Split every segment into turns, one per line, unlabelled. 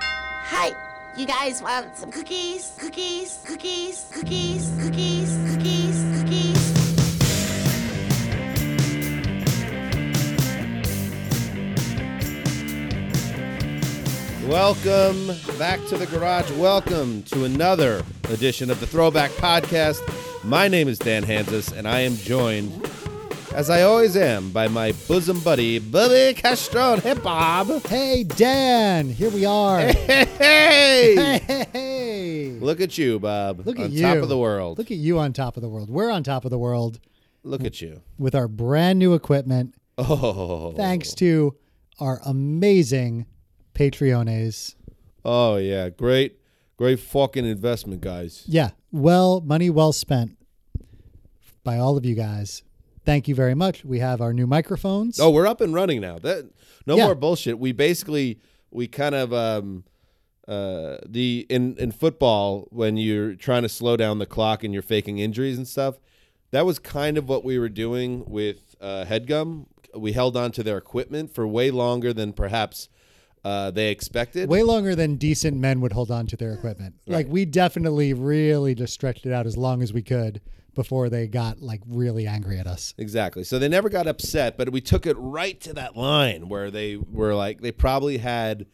Hi. You guys want some cookies? Cookies? Cookies? Cookies? Cookies? Cookies? Cookies?
Welcome back to the garage. Welcome to another edition of the Throwback Podcast. My name is Dan Hansis, and I am joined, as I always am, by my bosom buddy, Bobby Castron. Hey, Bob.
Hey, Dan, here we are. Hey,
Hey!
hey, hey.
Look at you, Bob.
Look at
on
you.
top of the world.
Look at you on top of the world. We're on top of the world
Look at you.
with our brand new equipment,
Oh.
thanks to our amazing Patreones.
Oh, yeah. Great, great fucking investment, guys.
Yeah, well, money well spent by all of you guys. Thank you very much. We have our new microphones.
Oh, we're up and running now. That no
Yeah.
more bullshit. We basically we kind of um uh the in in football when you're trying to slow down the clock and you're faking injuries and stuff. That was kind of what we were doing with uh, Headgum. We held on to their equipment for way longer than perhaps uh, they expected.
Way longer than decent men would hold on to their equipment. Like, we definitely really just stretched it out as long as we could before they got like really angry at us.
Exactly. So they never got upset, but we took it right to that line where they were like, they probably had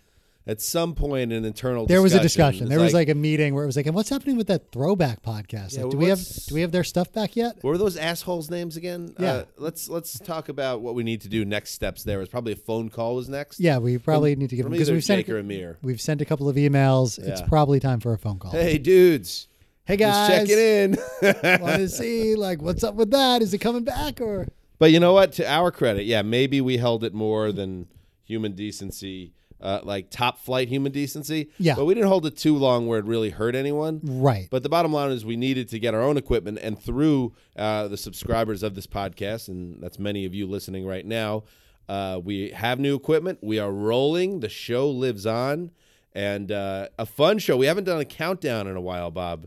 at some point an internal.
There was a
It's
discussion. There was like a meeting where it was like, "And what's happening with that throwback podcast?
Yeah,
Like, do we have
what's-
do we have their stuff back yet?"
What were those assholes' names again?
Yeah.
Uh, let's let's talk about what we need to do next steps. There was probably a phone call was next.
Yeah, we probably need to give
From
them because
either
we've sent
Jake or Amir.
we've sent a couple of emails. It's
Yeah.
probably time for a phone call.
Hey dudes,
Hey,
just
guys,
checking in.
want to see like what's up with that? Is it coming back or?
but you know what? To our credit, yeah, maybe we held it more than human decency, uh, like top flight human decency.
Yeah.
But we didn't hold it too long where it really hurt anyone.
Right.
But the bottom line is we needed to get our own equipment, and through uh, the subscribers of this podcast, and that's many of you listening right now, uh, we have new equipment. We are rolling. The show lives on, and uh, a fun show. We haven't done a countdown in a while, Bob.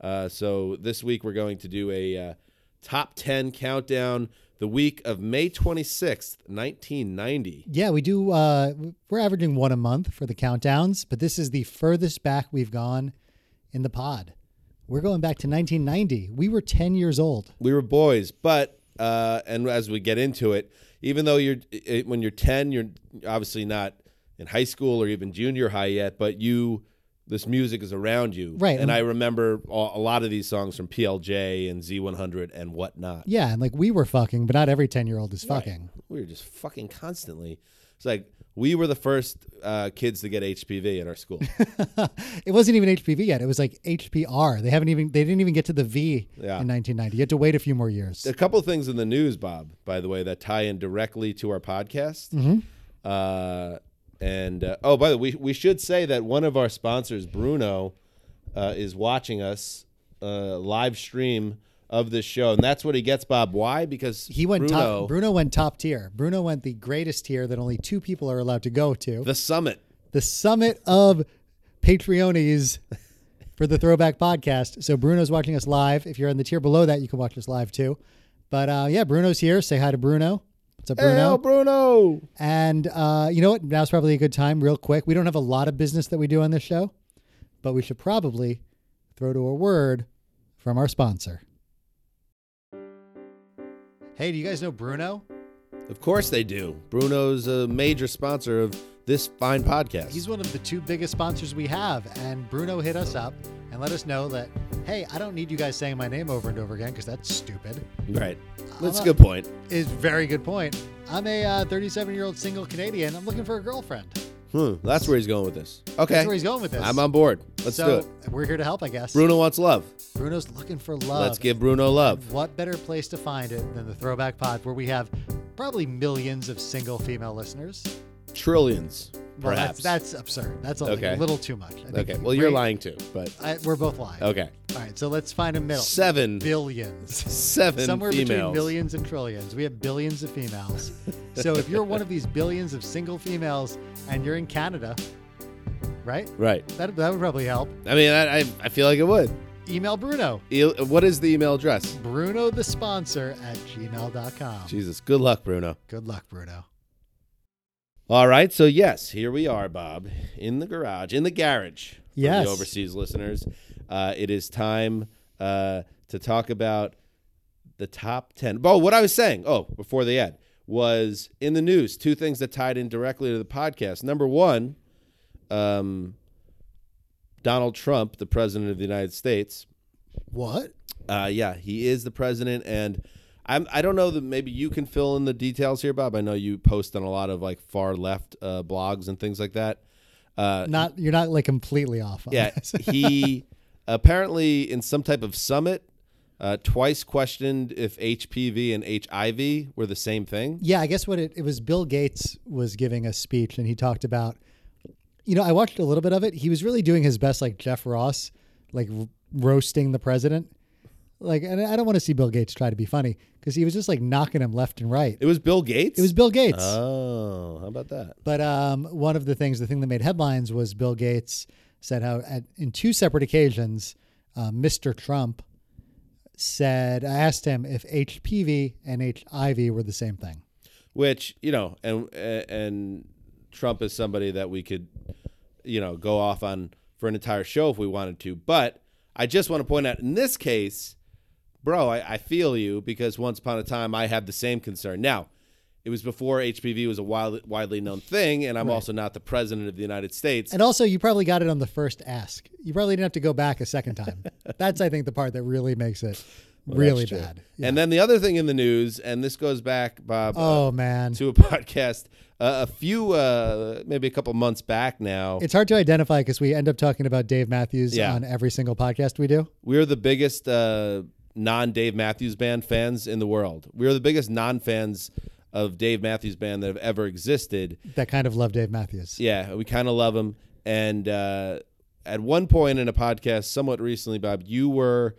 Uh, so this week we're going to do a uh, top ten countdown. The week of May twenty sixth, nineteen ninety.
yeah, we do. Uh, we're averaging one a month for the countdowns, but this is the furthest back we've gone in the pod. We're going back to 1990. We were 10 years old.
we were boys but uh, and as we get into it even though you're it, when you're 10 you're obviously not in high school or even junior high yet but you this music is around you
Right.
and i remember a, a lot of these songs from plj and z100 and whatnot
Yeah, and like we were fucking, but not every 10 year old is fucking.
we were just fucking constantly it's like we were the first uh, kids to get hpv in our school
It wasn't even HPV yet. It was like HPR. They haven't even they didn't even get to the V
Yeah.
in 1990. You had to wait a few more years.
a couple of things in the news, Bob, by the way, that tie in directly to our podcast.
Mm-hmm.
Uh, and uh, oh, by the way, we, we should say that one of our sponsors, Bruno, uh, is watching us uh, live stream of this show, and that's what he gets, Bob. Why? Because
He went
Bruno,
top. Bruno went top tier. Bruno went the greatest tier that only two people are allowed to go to. The,
the summit.
summit of Patreonies for the Throwback Podcast. So Bruno's watching us live. If you're in the tier below that, you can watch us live too. But uh, yeah, Bruno's here. Say hi to Bruno. What's up, Bruno?
Hey, oh, Bruno!
And uh, you know what? Now's probably a good time, real quick. We don't have a lot of business that we do on this show, but we should probably throw to a word from our sponsor. Hey, do you guys know Bruno?
Of course they do. Bruno's a major sponsor of this fine podcast.
He's one of the two biggest sponsors we have. And Bruno hit us up and let us know that, hey, I don't need you guys saying my name over and over again because that's stupid.
right. That's a
not-
good point.
Is very good point. I'm a 37 year old single Canadian. I'm looking for a girlfriend.
Hmm, that's where he's going with this. Okay,
That's where he's going with this.
I'm on board. Let's
so
do it.
we're here to help, I guess.
Bruno wants love.
Bruno's looking for love.
Let's give Bruno love.
What better place to find it than the Throwback Pod, where we have probably millions of single female listeners?
Trillions,
Well,
perhaps.
that's, that's absurd. That's a
Okay.
little too much. I think
okay. Well, you're
we're-
lying too, but
I, we're both lying.
okay.
All right, so let's find a middle.
Seven,
Billions.
seven
Somewhere between
females.
millions and trillions. We have billions of females. so if you're one of these billions of single females and you're in Canada, right?
Right.
That, that would probably help.
I mean, I, I, I feel like it would.
Email Bruno.
E- what is the email address?
Bruno the sponsor at gmail.com.
Jesus. Good luck, Bruno.
Good luck, Bruno.
All right, so yes, here we are, Bob, in the garage, in the garage. for
Yes.
the overseas listeners, uh, it is time uh, to talk about the top ten. Oh, what I was saying. Oh, before the ad was in the news. Two things that tied in directly to the podcast. Number one, um, Donald Trump, the president of the United States,
What?
uh, yeah, he is the president, and I'm. I don't know that maybe you can fill in the details here, Bob. I know you post on a lot of like far left uh, blogs and things like that. Uh,
Not you're not like completely off. On
yeah,
this.
he apparently in some type of summit uh, twice questioned if HPV and HIV were the same thing.
yeah. I guess what it, it was. Bill Gates was giving a speech and he talked about. You know, I watched a little bit of it. He was really doing his best, like Jeff Ross, like r- roasting the president. Like, and I don't want to see Bill Gates try to be funny because he was just like knocking him left and right.
It was Bill Gates.
It was Bill Gates.
Oh, how about that?
But um, one of the things, the thing that made headlines was Bill Gates said how, at, in two separate occasions, uh, Mr. Trump said, I asked him if HPV and HIV were the same thing.
which you know and and Trump is somebody that we could you know go off on for an entire show if we wanted to but I just want to point out in this case bro I, I feel you because once upon a time I had the same concern now it was before HPV was a wild, widely known thing and I'm also not the president of the United States
And also, you probably got it on the first ask. You probably didn't have to go back a second time. That's, I think, the part that really makes it really
That's true.
bad.
and then the other thing in the news and this goes back Bob uh,
Oh, man.
to a podcast uh, a few uh, maybe a couple months back now
It's hard to identify because we end up talking about Dave Matthews
Yeah.
on every single podcast we do.
We're the biggest uh, non Dave Matthews Band fans in the world. We're the biggest non fans of Dave Matthews Band that have ever existed.
That kind of love Dave Matthews.
Yeah, we kind of love him. And uh, at one point in a podcast, somewhat recently, Bob, you were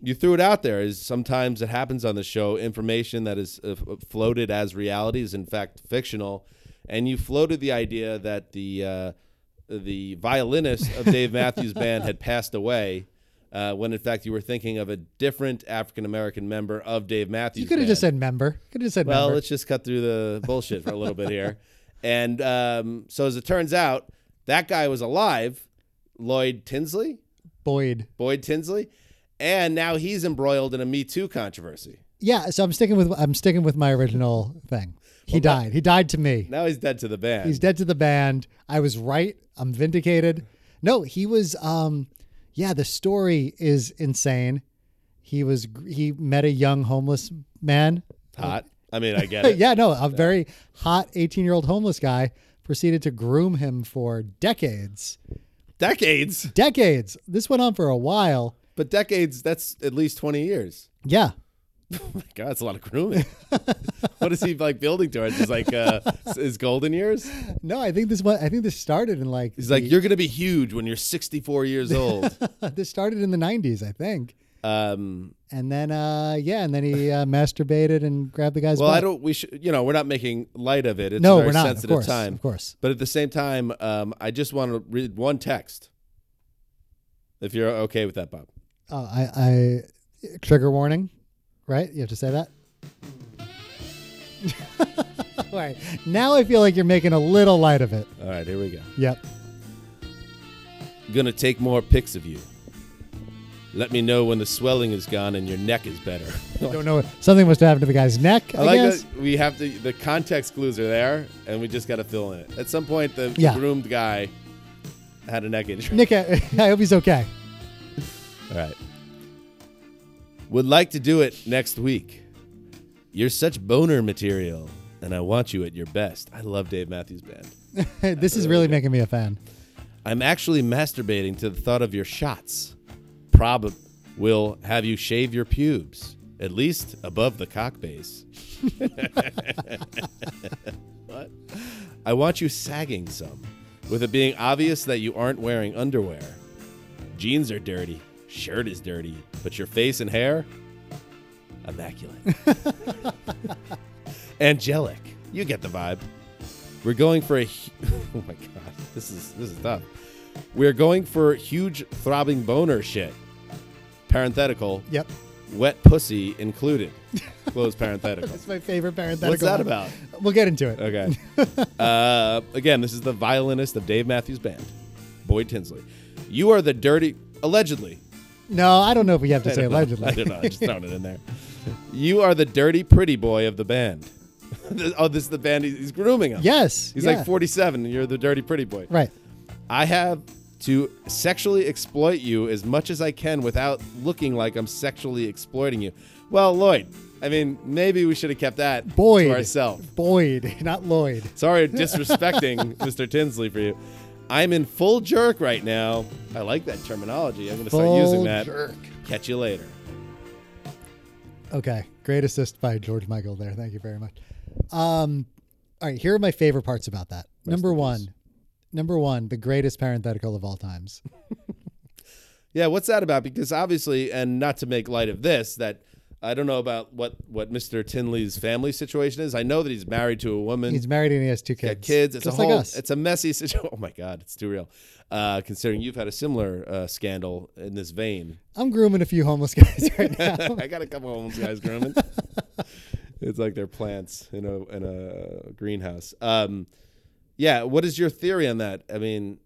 you threw it out there. Is sometimes it happens on the show, information that is uh, f- floated as reality is in fact fictional, and you floated the idea that the uh, the violinist of Dave Matthews Band had passed away. Uh, when in fact you were thinking of a different African American member of Dave Matthews.
You could have
Band.
just said member. Could have just said
Well,
member.
let's just cut through the bullshit for a little bit here. And um, so, as it turns out, that guy was alive, Lloyd Tinsley,
Boyd.
Boyd Tinsley, and now he's embroiled in a Me Too controversy.
Yeah, so I'm sticking with I'm sticking with my original thing. He died. He died to me.
Now he's dead to the band.
He's dead to the band. I was right. I'm vindicated. No, he was um yeah, the story is insane. He was he met a young homeless man.
hot. I mean, I get
But
it.
yeah, no, a very hot 18-year-old homeless guy proceeded to groom him for decades.
Decades,
Decades. This went on for a while.
but decades—that's at least twenty years.
Yeah.
Oh my God, that's a lot of grooming. what is he like building towards? Is like uh, his golden years?
No, I think this one I think this started in like
He's like, you're gonna be huge when you're 64 years old.
this started in the 90s, I think.
Um,
And then, uh, yeah, and then he uh, masturbated and grabbed the guy's
Well,
butt.
I don't. We should. You know, we're not making light of it. It's
No,
a very
we're not. Of
sensitive
course,
time.
of course.
But at the same time, um, I just want to read one text. If you're okay with that, Bob.
Oh, I, I trigger warning, right? You have to say that. All right. Now I feel like you're making a little light of it.
All right, here we go.
Yep.
Gonna take more pics of you. Let me know when the swelling is gone and your neck is better.
Don't know. Something must have happened to the guy's neck. I,
I like
guess.
that we have to. The context clues are there, and we just got to fill in it. At some point, the
Yeah.
groomed guy had a neck injury.
Nick, I, I hope he's okay.
All right. Would like to do it next week. You're such boner material, and I want you at your best. I love Dave Matthews Band.
this is
Uh,
really making me a fan.
I'm actually masturbating to the thought of your shots. Prob will have you shave your pubes, at least above the cock base. what? I want you sagging some, with it being obvious that you aren't wearing underwear. Jeans are dirty, shirt is dirty, but your face and hair? Immaculate. Angelic. You get the vibe. We're going for a. hu- Oh my god, this is this is tough. We're going for huge throbbing boner shit. Parenthetical.
Yep.
wet pussy included. Close parenthetical.
That's my favorite parenthetical.
What's that about?
We'll get into it.
Okay. uh, again, this is the violinist of Dave Matthews Band, Boyd Tinsley. You are the dirty, allegedly.
No, I don't know if we have to
I
say
don't know.
allegedly.
I don't know. I just thrown it in there. You are the dirty, pretty boy of the band. oh, this is the band he's, he's grooming him.
Yes.
He's
yeah.
like 47, and you're the dirty, pretty boy.
Right.
I have to sexually exploit you as much as I can without looking like I'm sexually exploiting you. Well, Lloyd, I mean, maybe we should have kept that
Boyd.
to ourselves.
Boyd, not Lloyd.
Sorry, disrespecting Mr. Tinsley for you. I'm in full jerk right now. I like that terminology. I'm going to start
Full
using that.
jerk.
Catch you later.
Okay. Great assist by George Michael there. Thank you very much. Um, all right. Here are my favorite parts about that. number
in peace.
one. Number one, the greatest parenthetical of all times.
Yeah, what's that about? Because obviously, and not to make light of this, that I don't know about what what Mr. Tinley's family situation is. I know that he's married to a woman.
He's married and he has two kids.
got kids. It's
Just
a whole.
like us.
It's a messy situation. Oh my God, it's too real. Uh, considering you've had a similar uh, scandal in this vein,
I'm grooming a few homeless guys right now.
I got a couple of homeless guys grooming. it's like they're plants in a in a greenhouse. Um, yeah. What is your theory on that? I mean,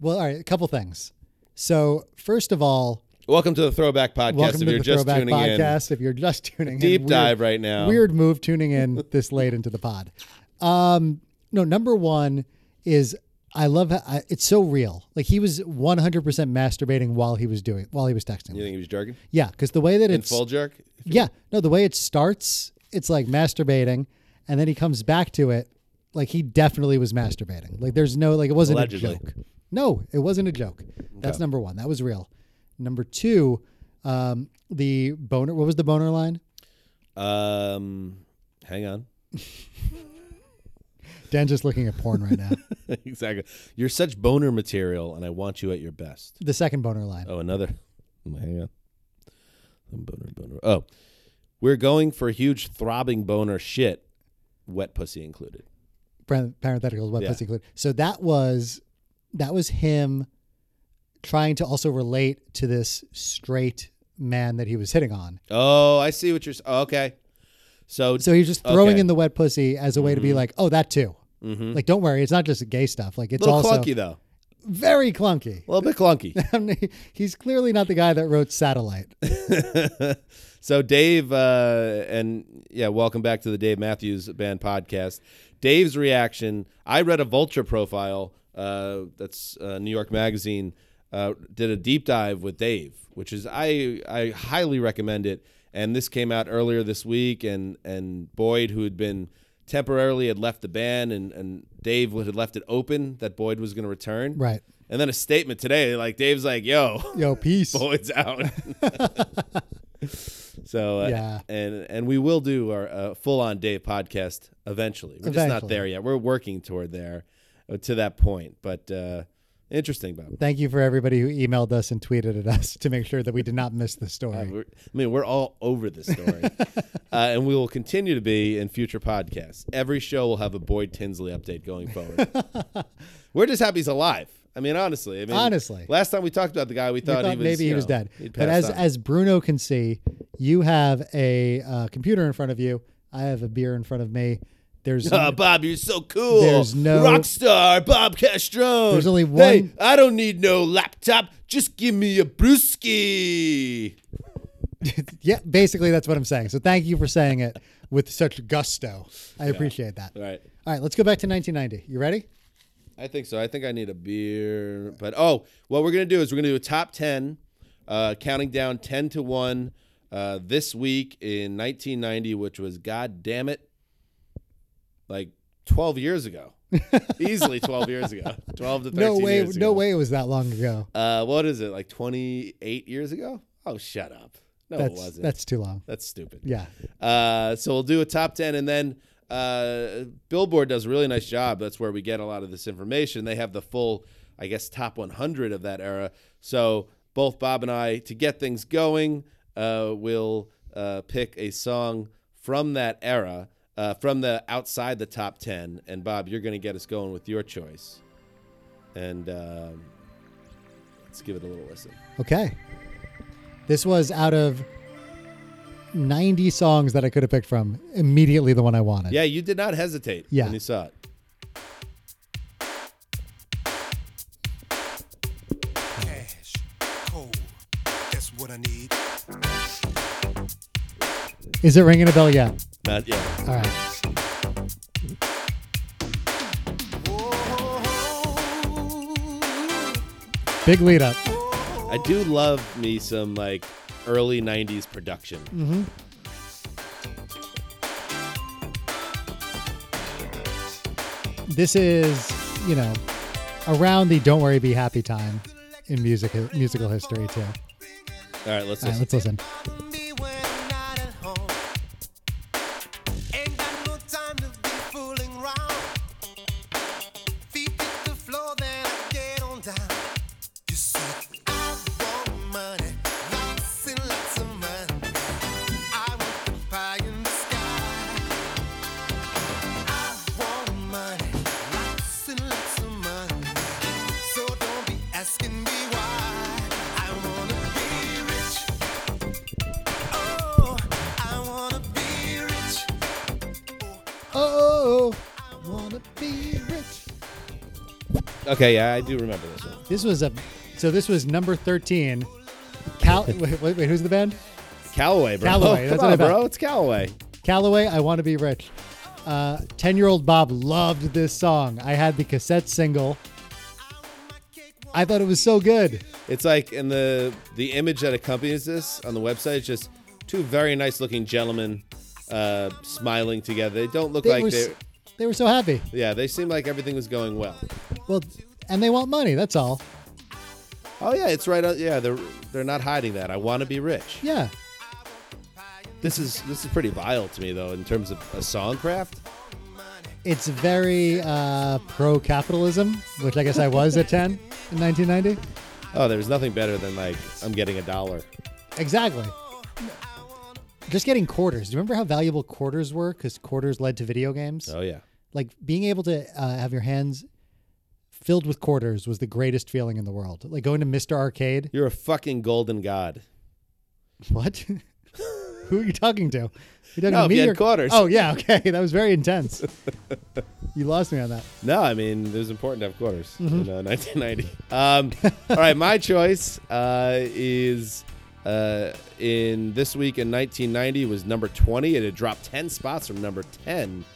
well, all right. A couple things. So, first of all,
welcome to the Throwback Podcast.
welcome
if
to
you're
the
just
Throwback
tuning
Podcast. If you're just
in,
tuning in,
deep
weird-
dive right now.
Weird move tuning in this late into the pod. Um, no, number one is I love how, I, it's so real. Like he was 100 percent masturbating while he was doing while he was texting.
You think he was jerking?
Yeah, because the way that
In
it's
full jerk?
yeah no the way it starts it's like masturbating, and then he comes back to it like he definitely was masturbating. Like there's no like it wasn't
Allegedly.
a joke. No, it wasn't a joke. That's number one. That was real. Number two, um, the boner. What was the boner line?
Um, hang on.
Dan's just looking at porn right now.
exactly. You're such boner material, and I want you at your best.
The second boner line.
Oh, another. Hang on. I'm boner, boner. Oh, we're going for huge throbbing boner shit, wet pussy included.
Par- Parenthetical, what
Yeah.
pussy included. So that was that was him trying to also relate to this straight man that he was hitting on.
Oh, I see what you're. s- oh, okay. So,
So he was just throwing
Okay. Mm-hmm.
in the wet pussy as a way to be like, oh, that too.
Mhm.
Like, don't worry, it's not just gay stuff. Like, it's
little
also
clunky though.
very clunky.
A little bit clunky.
He's clearly not the guy that wrote Satellite.
so Dave uh, and yeah, welcome back to the Dave Matthews Band podcast. Dave's reaction. I read a Vulture profile. Uh, that's uh, New York Magazine. Uh, did a deep dive with Dave, which is I I highly recommend it. And this came out earlier this week, and and Boyd, who had been temporarily had left the band, and and Dave had left it open that Boyd was going to return.
Right.
And then a statement today, like Dave's like, "Yo,
Yo, peace.
boys out. so uh,
Yeah.
and and we will do our uh, full on Dave podcast eventually. We're just not
Eventually.
there yet. We're working toward there uh, to that point, but uh, interesting, Bob.
Thank you for everybody who emailed us and tweeted at us to make sure that we did not miss the story.
We're, I mean, we're all over this story, uh, and we will continue to be in future podcasts. Every show will have a Boyd Tinsley update going forward. we're just happy he's alive. I mean, honestly. I mean,
Honestly.
last time we talked about the guy, we
I
thought,
thought
he was,
maybe
you
he was
know,
dead.
he'd
But
passed
as
on.
as Bruno can see, you have a uh, computer in front of you. I have a beer in front of me. There's
Oh, Bob, you're so cool.
There's no-
rock star, Bob Castrone.
There's only
Hey,
one-
I don't need no laptop. Just give me a brewski.
yeah, basically that's what I'm saying. So thank you for saying it with such gusto. I appreciate that.
All right,
All right, let's go back to 1990. You ready?
I think so. I think I need a beer. But oh, what we're gonna do is we're gonna do a top ten, uh, counting down ten to one. Uh, this week in 1990, which was god damn it, like 12 years ago, easily 12 years ago, 12 to 13
No way.
years
No
ago.
way it was that long ago.
Uh, what is it? Like 28 years ago? Oh, shut up. No, it
That's
wasn't.
that's too long.
That's stupid.
Yeah.
Uh, so we'll do a top 10 and then uh, Billboard does a really nice job. That's where we get a lot of this information. They have the full, I guess, top 100 of that era. So both Bob and I, to get things going, uh, will uh, pick a song from that era, uh, from the outside the top 10. And Bob, you're going to get us going with your choice. And um, let's give it a little listen.
Okay. This was out of 90 songs that I could have picked from. Immediately the one I wanted.
Yeah, you did not hesitate
Yeah.
when you saw it.
cash, cold. That's what I need.
Is it ringing a bell? Yeah.
Not yet.
All right. Big lead up.
I do love me some like early '90s production.
Mm. This is, you know, around the "Don't Worry, Be Happy" time in music musical history too. All
All right, let's
right,
listen.
let's listen.
Me when I'm not at home. Ain't got no time to be fooling around. Feet hit the floor, then I get on down. You see, I want money, lots and lots of money. I want the pie in the sky. I want money, lots and lots of money. So don't be asking me why. I wanna be rich. Oh, I wanna be rich.
Oh, I wanna be rich.
Okay, yeah, I do remember this one.
This was a, so this was number thirteen. Cal, wait, wait, wait, who's the band?
Callaway, bro. Come
Callaway, that's
on,
what I thought.
bro. It's Callaway.
Callaway, I want to be rich. Uh, Ten-year-old Bob loved this song. I had the cassette single. I thought it was so good.
It's like in the the image that accompanies this on the website. It's just two very nice looking gentlemen uh, smiling together. They don't look
They
like
were,
they.
s- they were so happy.
Yeah, they seem like everything was going well.
Well, and they want money. That's all.
Oh yeah, it's right. on- Yeah, they're they're not hiding that. I want to be rich.
Yeah.
This is this is pretty vile to me though in terms of a song craft.
It's very uh, pro capitalism, which I guess I was at 10 in 1990.
Oh, there was nothing better than like I'm getting a dollar.
Exactly. Just getting quarters. Do you remember how valuable quarters were? Because quarters led to video games.
Oh yeah,
Like being able to uh, have your hands filled with quarters was the greatest feeling in the world. Like going to Mr. Arcade.
you're a fucking golden god.
What? Who are you talking to? You
No,
talking to
if
me
you had
or-
quarters.
Oh yeah, okay. That was very intense. you lost me on that.
No, I mean it was important to have quarters
Mm-hmm.
in uh, 1990. Um, all right, my choice uh, is uh, in this week in 1990 was number 20. It had dropped 10 spots from number 10.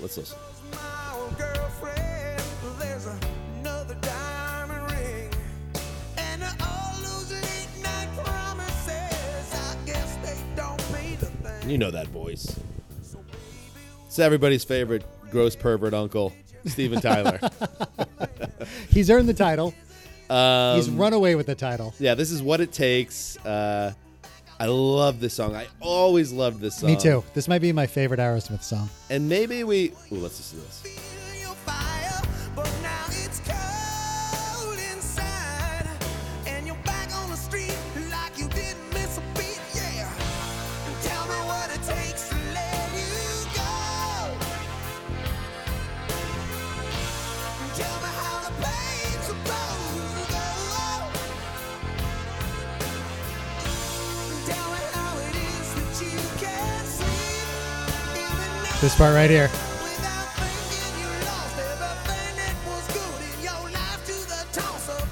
Let's listen.
My old girlfriend, there's another diamond ring. And they're all losing eight night promises. I guess they don't mean a thing.
You know that voice. It's everybody's favorite gross pervert uncle, Steven Tyler.
He's earned the title.
um,
He's run away with the title.
yeah, this is what it takes. Uh, I love this song. I always loved this song.
Me too. This might be my favorite Aerosmith song.
And maybe we. Ooh, let's listen to this.
Feel your fire, but now it's cold inside. And you're back on the street like you didn't miss a beat, yeah. Tell me what it takes to let you go. Tell me how the pain's supposed to go. Tell me how it is that you can't sleep. Even now
This part right here.
Without thinking, you lost everything that was good in your life to the toss of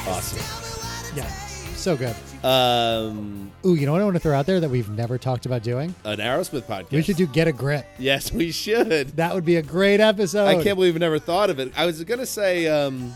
the
Awesome.
Tell me what it
Yeah.
takes.
So good.
Um,
Ooh, you know what I want to throw out there that we've never talked about doing?
an Aerosmith podcast.
We should do Get a Grip.
Yes, we should.
That would be a great episode.
I can't believe we never thought of it. I was gonna say um,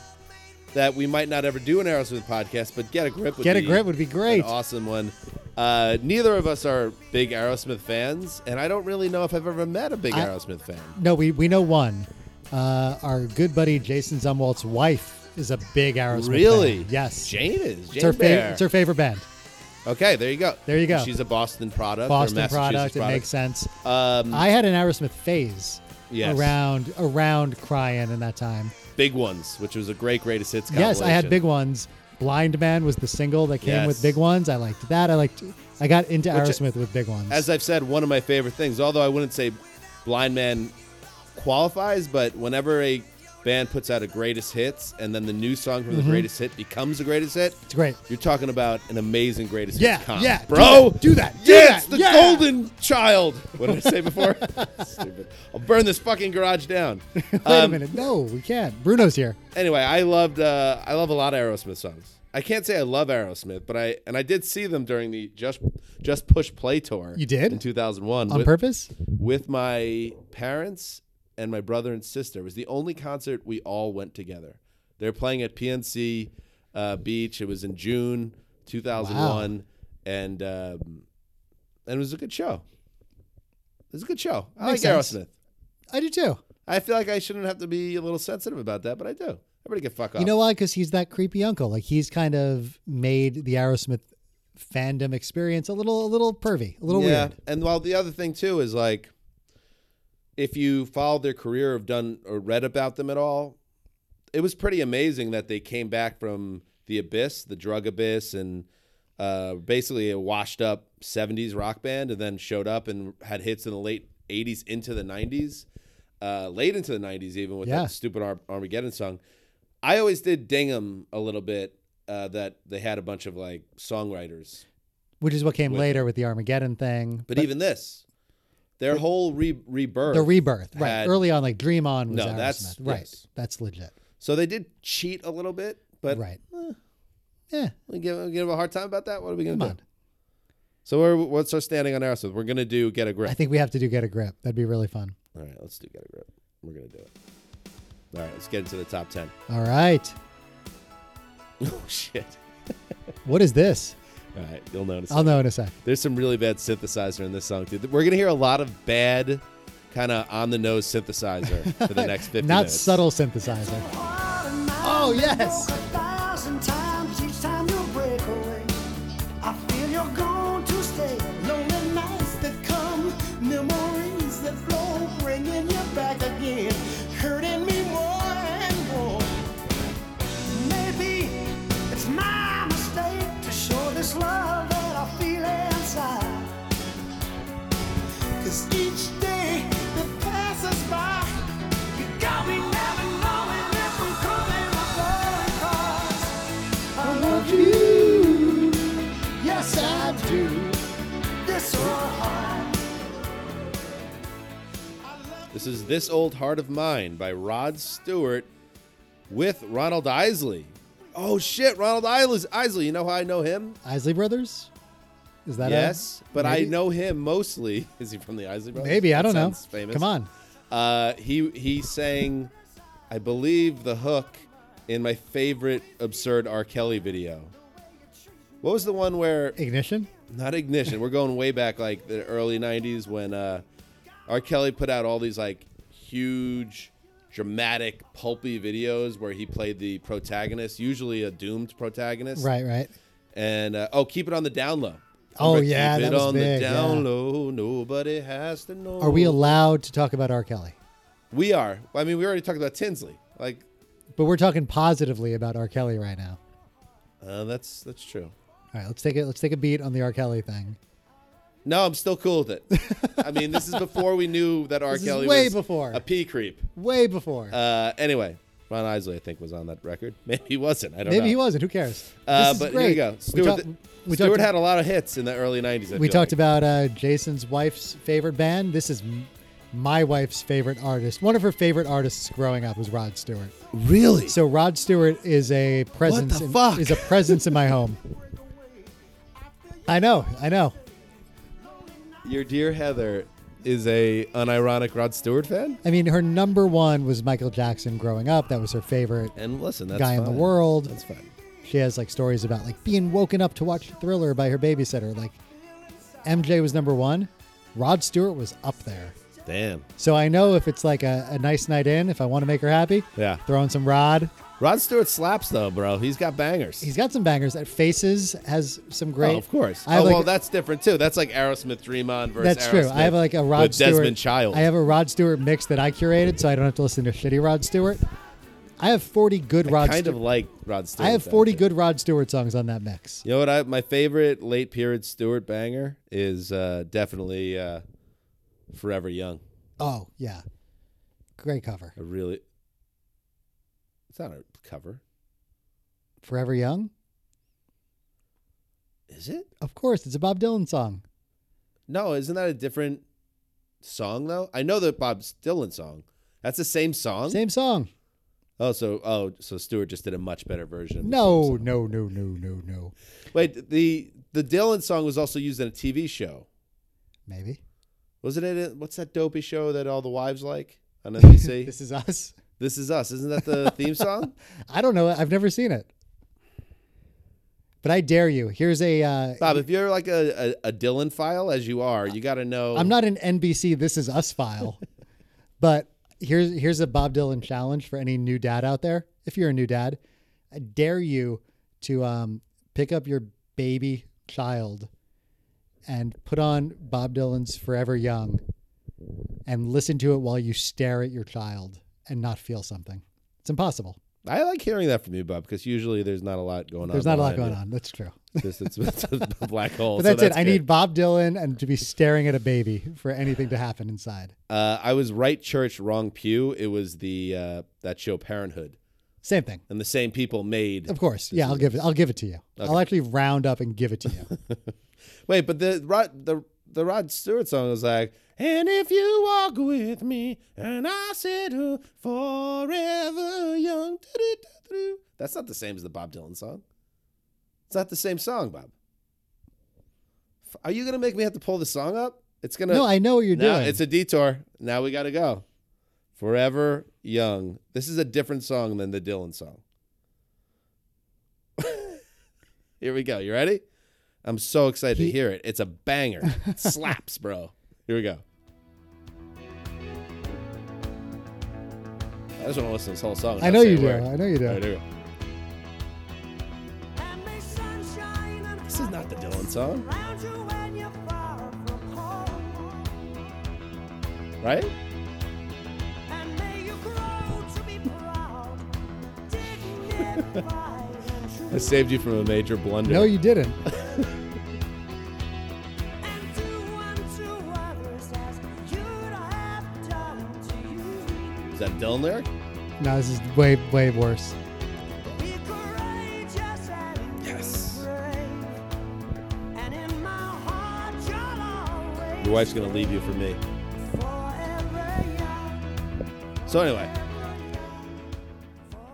that we might not ever do an Aerosmith podcast, but get a grip. Would
Get a
be
Grip would be great.
An awesome one. Uh, neither of us are big Aerosmith fans, and I don't really know if I've ever met a big
I-
Aerosmith fan.
No, we, we know one. Uh, our good buddy Jason Zumwalt's wife is a big Aerosmith fan.
Really?
Yes.
Jane is. Jane
it's,
Bear.
her favorite. it's her favorite band.
Okay, there you go.
There you go.
She's a Boston product. or
Boston
Massachusetts
product. It makes sense.
Um,
I had an Aerosmith phase
Yes.
around around crying in that time.
big ones, which was a great greatest hits.
Yes, I had
compilation.
big ones. Blind Man was the single that came with
Yes.
Big Ones. I liked that. I liked. I got into
Which-
Aerosmith with Big Ones.
as I've said, one of my favorite things. Although I wouldn't say Blind Man qualifies, but whenever a band puts out a greatest hits, and then the new song from the greatest hit becomes a greatest hit.
Mm-hmm. It's great.
You're talking about an amazing greatest
Yeah,
hits comp.
yeah, do
bro.
that, do that, do
Yeah,
that,
it's the
yeah.
golden child. What did I say before? Stupid. I'll burn this fucking garage down.
Wait a
Um,
minute. No, we can't. Bruno's here.
anyway, I loved uh, I love a lot of Aerosmith songs. I can't say I love Aerosmith, but I and I did see them during the just just push play tour.
You did?
in two thousand one
On purpose?
with my parents and my brother and sister. It was the only concert we all went together. They were playing at PNC uh, Beach. It was in June 2001, and um, and it was a good show. It was a good show. I
Makes
like
sense.
Aerosmith.
I do too.
I feel like I shouldn't have to be a little sensitive about that, but I do. Everybody can fuck off.
You know why? Because he's that creepy uncle. Like he's kind of made the Aerosmith fandom experience a little, a little pervy, a little weird.
And while the other thing too is like, if you followed their career, or have done or read about them at all, it was pretty amazing that they came back from the abyss, the drug abyss, and uh, basically a washed up '70s rock band, and then showed up and had hits in the late '80s into the '90s, uh, late into the '90s even with
Yeah.
that stupid Ar- Armageddon song. I always did ding 'em a little bit. Uh, that they had a bunch of like songwriters
Which is what came
With-
later with the Armageddon thing.
but, even this, their whole re- rebirth.
the rebirth, right?
had-
Early on, like Dream On was
No,
Aerosmith,
that's-
right?
yes.
That's legit,
so they did cheat a little bit, but
right?
eh.
yeah,
we give, we give them a hard time about that. What are we going
come
to do?
on.
So we're, what's our standing on Aerosmith? We're going to do Get a Grip.
I think we have to do Get a Grip. That'd be really fun.
All right, let's do Get a Grip. We're going to do it. All right, let's get into the top 10.
All right,
oh, shit.
what is this?
All right, you'll notice.
I'll know in a sec.
There's some really bad synthesizer in this song, dude. We're going to hear a lot of bad, kind of on the nose synthesizer for the next 50
Not
minutes.
subtle synthesizer.
Oh,
yes.
A thousand times each time you break away. I feel you're going to stay. Lonely nights that come, memories that flow, bringing you back again, hurting me more and more. Maybe it's my mistake to show this love that I feel inside. Cause each day that passes by, you got me never knowing if I'm coming or going. 'Cause I love you. Yes, I do. This old heart.
This is This Old Heart of Mine by Rod Stewart with Ronald Isley. Oh shit, Ronald Isley. Isley, you know how I know him?
Isley Brothers, is that? a-
yes, but I
maybe?
know him mostly. Is he from the Isley Brothers?
Maybe I
That
don't know.
sounds Famous.
Come on.
Uh, he he sang, I believe, the hook in my favorite absurd R. Kelly video. What was the one where
Ignition?
not ignition we're going way back like the early 90s when uh r kelly put out all these like huge dramatic pulpy videos where he played the protagonist usually a doomed protagonist
Right, right.
and uh, oh keep it on the down low
Oh,
Remember,
yeah,
keep
that
it
was
on the
big,
down
yeah.
low nobody has to know
Are we allowed to talk about R. Kelly?
we are i mean we already talked about tinsley like
But we're talking positively about R. Kelly right now.
uh, that's that's true
All right, let's take it. Let's take a beat on the R. Kelly thing.
no, I'm still cool with it. I mean, this is before we knew that R.
This is
Kelly
way
was
before.
a pea creep.
Way before.
Uh, anyway, Ron Isley, I think, was on that record. Maybe he wasn't. I don't know.
Maybe he wasn't. Who cares?
Uh,
This is
but
great.
here you go.
we
Stewart,
talked- we
we Stewart
talked,
had a lot of hits in the early 90s. I
we
feel
talked
like.
about uh, Jason's wife's favorite band. This is m- my wife's favorite artist. One of her favorite artists growing up was Rod Stewart.
Really?
So Rod Stewart is a presence.
the
in-
fuck?
Is a presence in my home. I know. I know.
Your dear Heather is a unironic Rod Stewart fan?
I mean, her number one was Michael Jackson growing up. That was her favorite.
And listen, that's
Guy in the
fine.
world.
That's fine.
She has like stories about like being woken up to watch Thriller by her babysitter. Like MJ was number one. Rod Stewart was up there.
Damn.
So I know if it's like a, a nice night in, if I want to make her happy,
Yeah.
throw in some Rod.
Rod Stewart slaps though, bro. He's got bangers.
He's got some bangers. That Faces has some great.
Oh, of course.
I have
oh,
like-
well, that's different too. That's like Aerosmith Dreamon versus
that's true.
Aerosmith
I have like a Rod
with
Stewart.
Desmond Child.
I have a Rod Stewart mix that I curated, so I don't have to listen to shitty Rod Stewart. I have forty good Rod.
kind
Stewart.
of like Rod Stewart.
I have
though,
forty
too.
good Rod Stewart songs on that mix.
You know what? I, my favorite late period Stewart banger is uh, definitely uh, "Forever Young."
Oh yeah, great cover.
I really, not a cover,
Forever Young?
is it?
Of course, it's a Bob Dylan song.
No, isn't that a different song though? I know the Bob Dylan song. That's the same song.
Same song.
Oh, so oh, so Stewart just did a much better version. Of the
No,
same song.
no, no, no, no, no.
Wait, the the Dylan song was also used in a TV show.
Maybe.
Wasn't it? in- What's that dopey show that all the wives like on NBC?
This is us.
this is us. Isn't that the theme song?
I don't know. I've never seen it. But I dare you. Here's a. Uh,
Bob, if you're like a, a, a Dylan file as you are, you got to know.
I'm not an NBC This Is Us file, but here's here's a Bob Dylan challenge for any new dad out there. If you're a new dad, I dare you to um, pick up your baby child and put on Bob Dylan's Forever Young and listen to it while you stare at your child and not feel something. It's impossible.
I like hearing that from you, Bob, because usually there's not a lot going on.
There's not a lot
behind
going
it.
on. That's true.
It's, it's, it's a black hole.
But
so
that's, it. I
good.
need Bob Dylan and to be staring at a baby for anything to happen inside.
Uh, I was right church, wrong pew. It was the uh, that show Parenthood,
Same thing.
and the same people made.
Of course, yeah. I'll give it. I'll give it to you. I'll actually round up and give it to you.
Wait, but the Rod the the Rod Stewart song was like, "And if you walk with me, and I said uh, forever young." doo-doo-doo-doo." That's not the same as the Bob Dylan song. It's not the same song, Bob. F- Are you gonna make me have to pull the song up? It's gonna.
no, I know what you're
Now
doing.
it's a detour. Now we gotta go. Forever young. This is a different song than the Dylan song. Here we go. You ready? I'm so excited to hear it. It's a banger. It slaps, bro. Here we go. I just want to listen to this whole song. and
I
not
know
say a
you do.
word.
I know you do.
All right, here we go. This is not the Dylan song, right? I saved you from a major blunder.
no, you didn't.
is that a Dylan lyric?
No, this is way, way worse.
Yes.
And in my heart, you'll always
Your wife's gonna leave you for me.
forever young.
So anyway,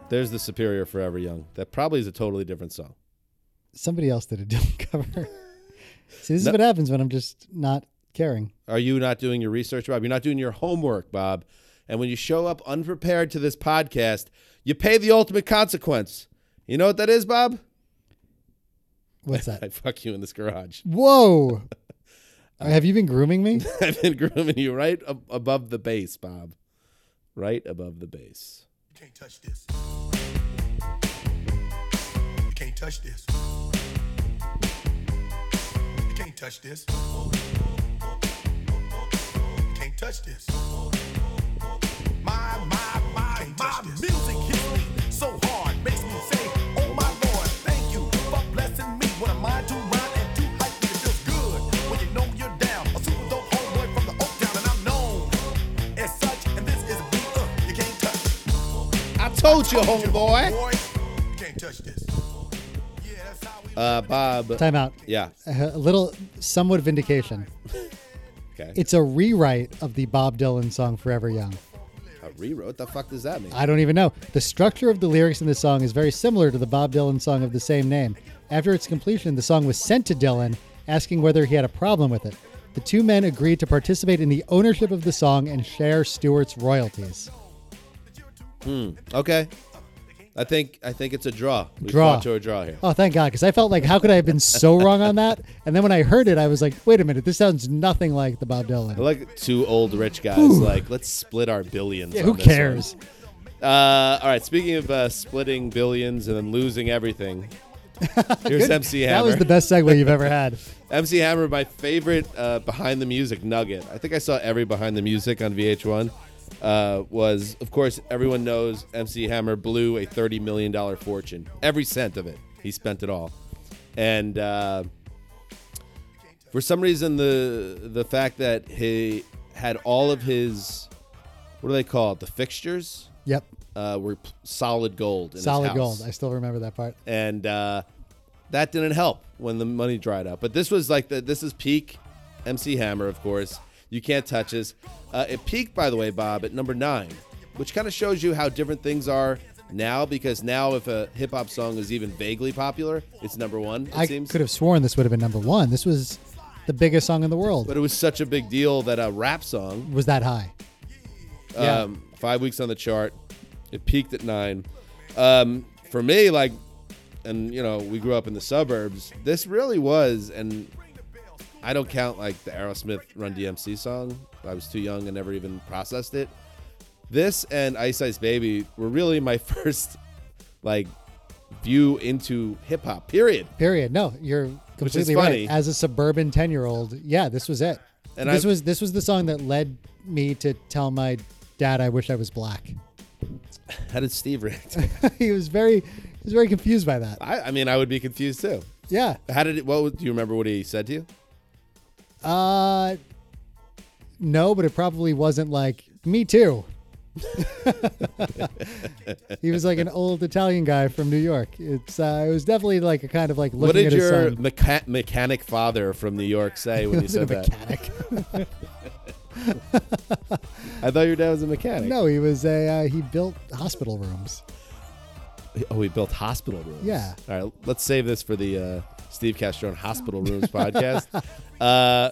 there's the Superior Forever Young. That probably is a totally different song.
Somebody else did a Dylan cover. See, this is
No.
what happens when I'm just not caring.
Are you not doing your research, Bob? You're not doing your homework, Bob. And when you show up unprepared to this podcast, you pay the ultimate consequence. You know what that is, Bob?
What's
I
that?
fuck you in this garage.
Whoa!
Uh,
Have you been grooming me?
I've been grooming you right ab- above the base, Bob. Right above the base.
You can't touch this. You can't touch this. You can't touch this. You can't touch this. My, my, my, my music hits me so hard. Makes me say, oh my lord, thank you for blessing me. What a mind to rhyme and to hype me. It feels good when you know you're down. A super dope homeboy from the Oak Town, and I'm known as such. And this is a beat up you can't touch.
I told you, homeboy.
Can't touch this. Yeah, that's how we
Uh, Bob.
Time out.
Yeah.
A little, somewhat vindication.
Okay.
It's a rewrite of the Bob Dylan song "Forever Young."
A rewrote. The fuck does that mean?
I don't even know. The structure of the lyrics in this song is very similar to the Bob Dylan song of the same name. After its completion, the song was sent to Dylan, asking whether he had a problem with it. The two men agreed to participate in the ownership of the song and share Stewart's royalties.
Okay. I think I think it's a draw. We
Draw.
fought to a draw here.
Oh, thank God, because I felt like, how could I have been so wrong on that? And then when I heard it, I was like, wait a minute, this sounds nothing like the Bob
I
Dylan.
like two old rich guys. Like, let's split our billions.
Yeah,
on
who
this one.
cares?
Uh, all right. Speaking of uh, splitting billions and then losing everything, here's MC Hammer.
That was the best segue you've ever had.
MC Hammer, my favorite uh, behind the music nugget. I think I saw every behind the music on VH1. Uh, was of course everyone knows MC Hammer blew a thirty million dollar fortune. Every cent of it, he spent it all, and uh, for some reason the the fact that he had all of his what do they call it the fixtures
Yep.
uh, were p- solid gold. In his
Solid
house.
gold. I still remember that part.
and uh, that didn't help when the money dried up. But this was like the this is peak MC Hammer, of course. You can't touch this. Uh, it peaked, by the way, Bob, at number nine, which kind of shows you how different things are now. Because now, if a hip hop song is even vaguely popular, it's number one. It
I
seems.
could have sworn this would have been number one. This was the biggest song in the world.
But it was such a big deal that a rap song,
was that high? Yeah.
um, five weeks on the chart, it peaked at nine. Um, for me, like, and you know, we grew up in the suburbs. This really was, and I don't count like the Aerosmith Run DMC song. I was too young and never even processed it. This and Ice Ice Baby were really my first like view into hip hop. Period.
Period. No, you're completely
funny.
right. As a suburban ten year old, yeah, this was it.
And
this
I've-
was this was the song that led me to tell my dad I wish I was black.
How did Steve react?
he was very he was very confused by that.
I, I mean, I would be confused too.
Yeah.
How did it? What was- do you remember? What he said to you?
Uh no, but it probably wasn't like me too. he was like an old Italian guy from New York. It's uh, it was definitely like a kind of like looking
What did
at his
your
son.
mecha- mechanic father from New York say when you
He
said
was a
that?
mechanic.
I thought your dad was a mechanic.
no, he was a uh, he built hospital rooms.
Oh, he built hospital rooms.
Yeah.
All right, let's save this for the uh, Steve Castro and Hospital Rooms podcast. Uh,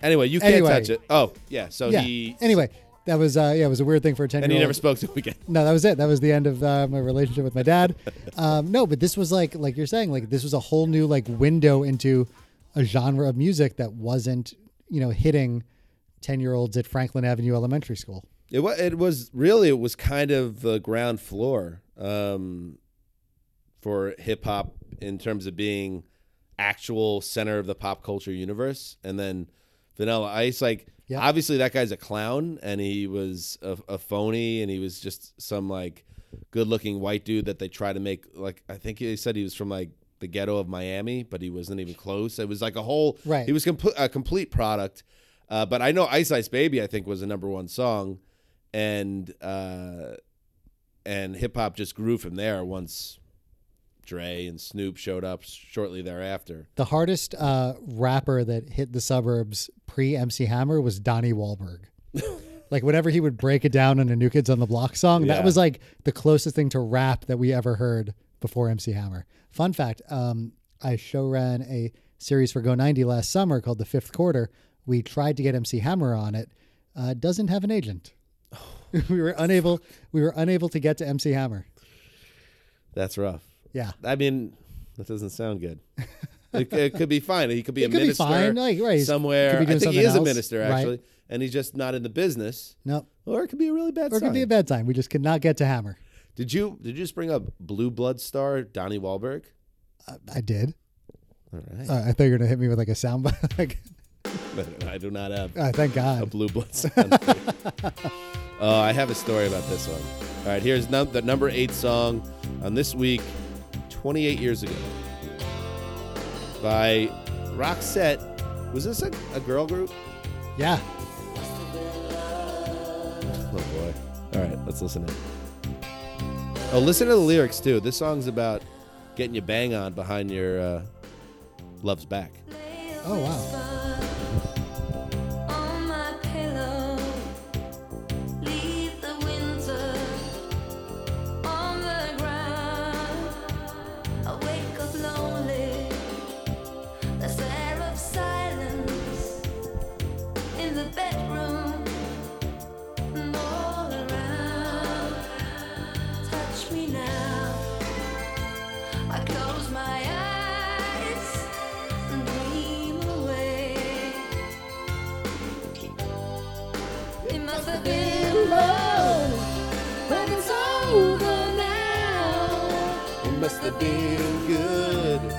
anyway, you can't
Anyway.
touch it. Oh, yeah. So
yeah.
he
anyway, that was uh, yeah, it was a weird thing for a ten year
and
old.
he never spoke to him again.
no, that was it. That was the end of uh, my relationship with my dad. Um, no, but this was like like you're saying, like this was a whole new like window into a genre of music that wasn't you know hitting ten year olds at Franklin Avenue Elementary School.
It was. It was really. It was kind of the ground floor um, for hip hop in terms of being actual center of the pop culture universe, and then Vanilla Ice. Like,
Yeah.
obviously, that guy's a clown, and he was a, a phony, and he was just some like good-looking white dude that they try to make like. I think he said he was from like the ghetto of Miami, but he wasn't even close. It was like a whole.
Right.
He was complete a complete product. Uh, but I know Ice Ice Baby, I think, was a number one song and uh, and hip hop just grew from there once Dre and Snoop showed up shortly thereafter.
The hardest uh, rapper that hit the suburbs pre MC Hammer was Donnie Wahlberg. like whenever he would break it down on a New Kids on the Block song,
Yeah.
that was like the closest thing to rap that we ever heard before MC Hammer. Fun fact: um, I show ran a series for Go ninety last summer called The Fifth Quarter. We tried to get MC Hammer on it. Uh, doesn't have an agent. we were unable. We were unable to get to MC Hammer.
That's rough.
Yeah.
I mean, that doesn't sound good. It, it could be fine. He could be a
could be
minister
fine, like, right, he's-
somewhere.
could be
I
doing
think he
something
is a
else,
minister
right.
actually, and he's just not in the business.
No.
Or it could be a really bad
Or it could be a
sign.
bad sign. We just could not get to Hammer.
Did you did you just bring up Blue Blood star Donnie Wahlberg?
I did.
All right.
Uh, I thought you were gonna hit me with like a soundbite. like,
I do not have
uh, thank
a
God.
blue blood cell. Oh, I have a story about this one. All right, here's num- the number eight song on this week, 28 years ago, by Roxette. Was this a, a girl group?
Yeah,
Oh boy. All right, let's listen in. Oh, listen to the lyrics too. This song's about getting your bang on behind your uh, love's back.
Oh, wow.
On my pillow, leave the winter on the ground. I wake up lonely, the stare of silence in the bedroom and all around. Touch me now. I close my eyes and dream away. It must have been love, but it's over now.
It must have been good.
But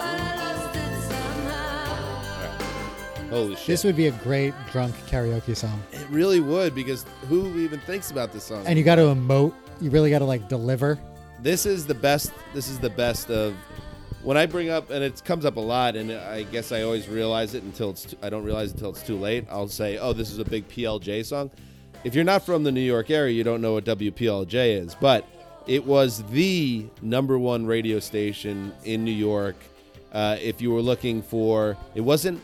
I lost it somehow.
Holy shit.
this would be a great drunk karaoke song,
it really would because who even thinks about this song?
and you got to emote. You really got to like deliver.
this is the best this is the best of when i bring up and it comes up a lot and i guess i always realize it until it's too, i don't realize it until it's too late i'll say oh this is a big plj song If you're not from the New York area, you don't know what WPLJ is, but it was the number one radio station in New York. Uh, if you were looking for, it wasn't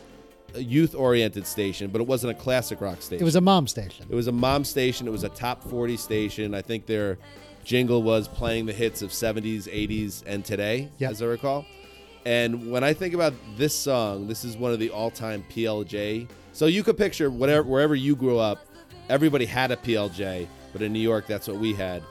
a youth oriented station, but it wasn't a classic rock station.
It was a mom station.
It was a mom station. It was a top 40 station. I think their jingle was playing the hits of 70s, 80s, and today,
Yep.
as I recall. And when I think about this song, this is one of the all time PLJ. So you could picture whatever, wherever you grew up, everybody had a PLJ, but in New York, that's what we had.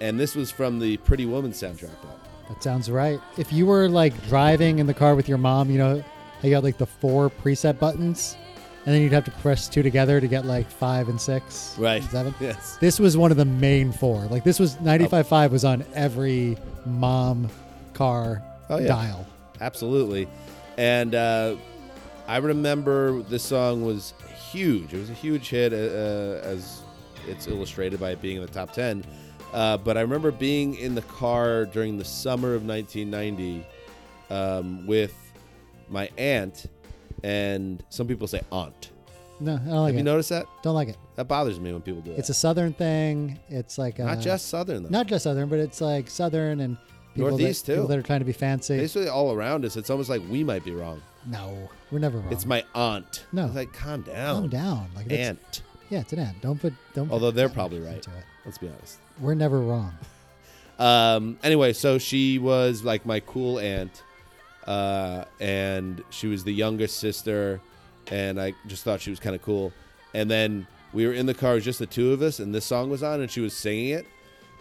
And this was from the Pretty Woman soundtrack. Though.
That sounds right. If you were like driving in the car with your mom, you know, how you got like the four preset buttons, and then you'd have to press two together to get like five and six,
Right.
and Seven.
Yes.
This was one of the main four. Like this was 95.5 was on every mom car
Oh, yeah.
dial.
Absolutely. And uh, I remember this song was huge. It was a huge hit, uh, as it's illustrated by it being in the top 10. Uh, but I remember being in the car during the summer of 1990 um, with my aunt, and some people say aunt.
No, I don't like
Have
it.
you noticed that?
don't like it.
That bothers me when people do that.
It's a southern thing. It's like uh,
not just Southern though.
not just southern, but it's like southern and people
Northeast,
that,
too.
People that are trying to be fancy.
Basically, all around us, it's almost like we might be wrong.
no, we're never wrong.
It's my aunt.
No.
It's like calm down.
calm down. Like that's,
Aunt.
yeah, it's an ant. Don't put don't. put
Although they're
that
probably
into
right.
it.
Let's be honest.
We're never wrong.
Um, anyway, so she was like my cool aunt, uh, and she was the youngest sister, and I just thought she was kind of cool. And then we were in the car, it was just the two of us, and this song was on, and she was singing it,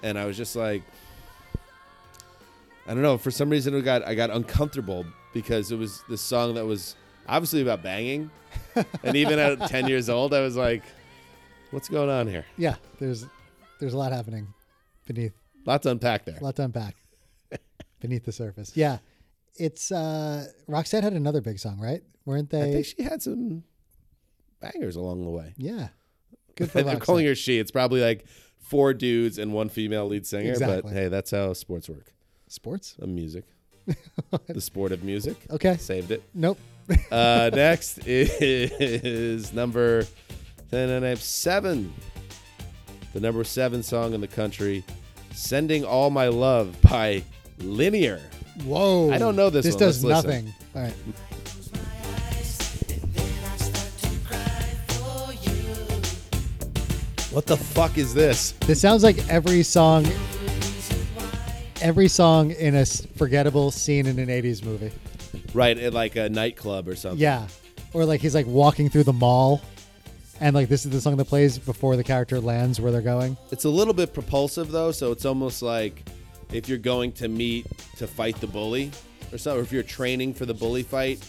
and I was just like, I don't know, for some reason it got I got uncomfortable because it was this song that was obviously about banging, and even at ten years old, I was like, what's going on here?
Yeah, there's there's a lot happening beneath
Lots to unpack there.
a lot to unpack beneath the surface. Yeah, it's uh Roxanne had another big song, right? Weren't
I
they?
think she had some bangers along the way.
yeah, good for
And they're
Roxanne.
calling her she. It's probably like four dudes and one female lead singer. But
Exactly.
hey, that's how sports work.
Sports?
Uh, music. the sport of music.
Okay.
Saved it.
Nope.
Uh, next is number then I have seven. The number seven song in the country, Sending All My Love by Linear.
Whoa!
I don't know this
This
one.
does
Let's listen.
nothing. All right.
What the fuck is this?
This sounds like every song, every song in a s- forgettable scene in an '80s movie.
Right, at like a nightclub or something.
Yeah, or like he's like walking through the mall, and like this is the song that plays before the character lands where they're going.
It's a little bit propulsive though, so it's almost like if you're going to meet to fight the bully or something, or if you're training for the bully fight.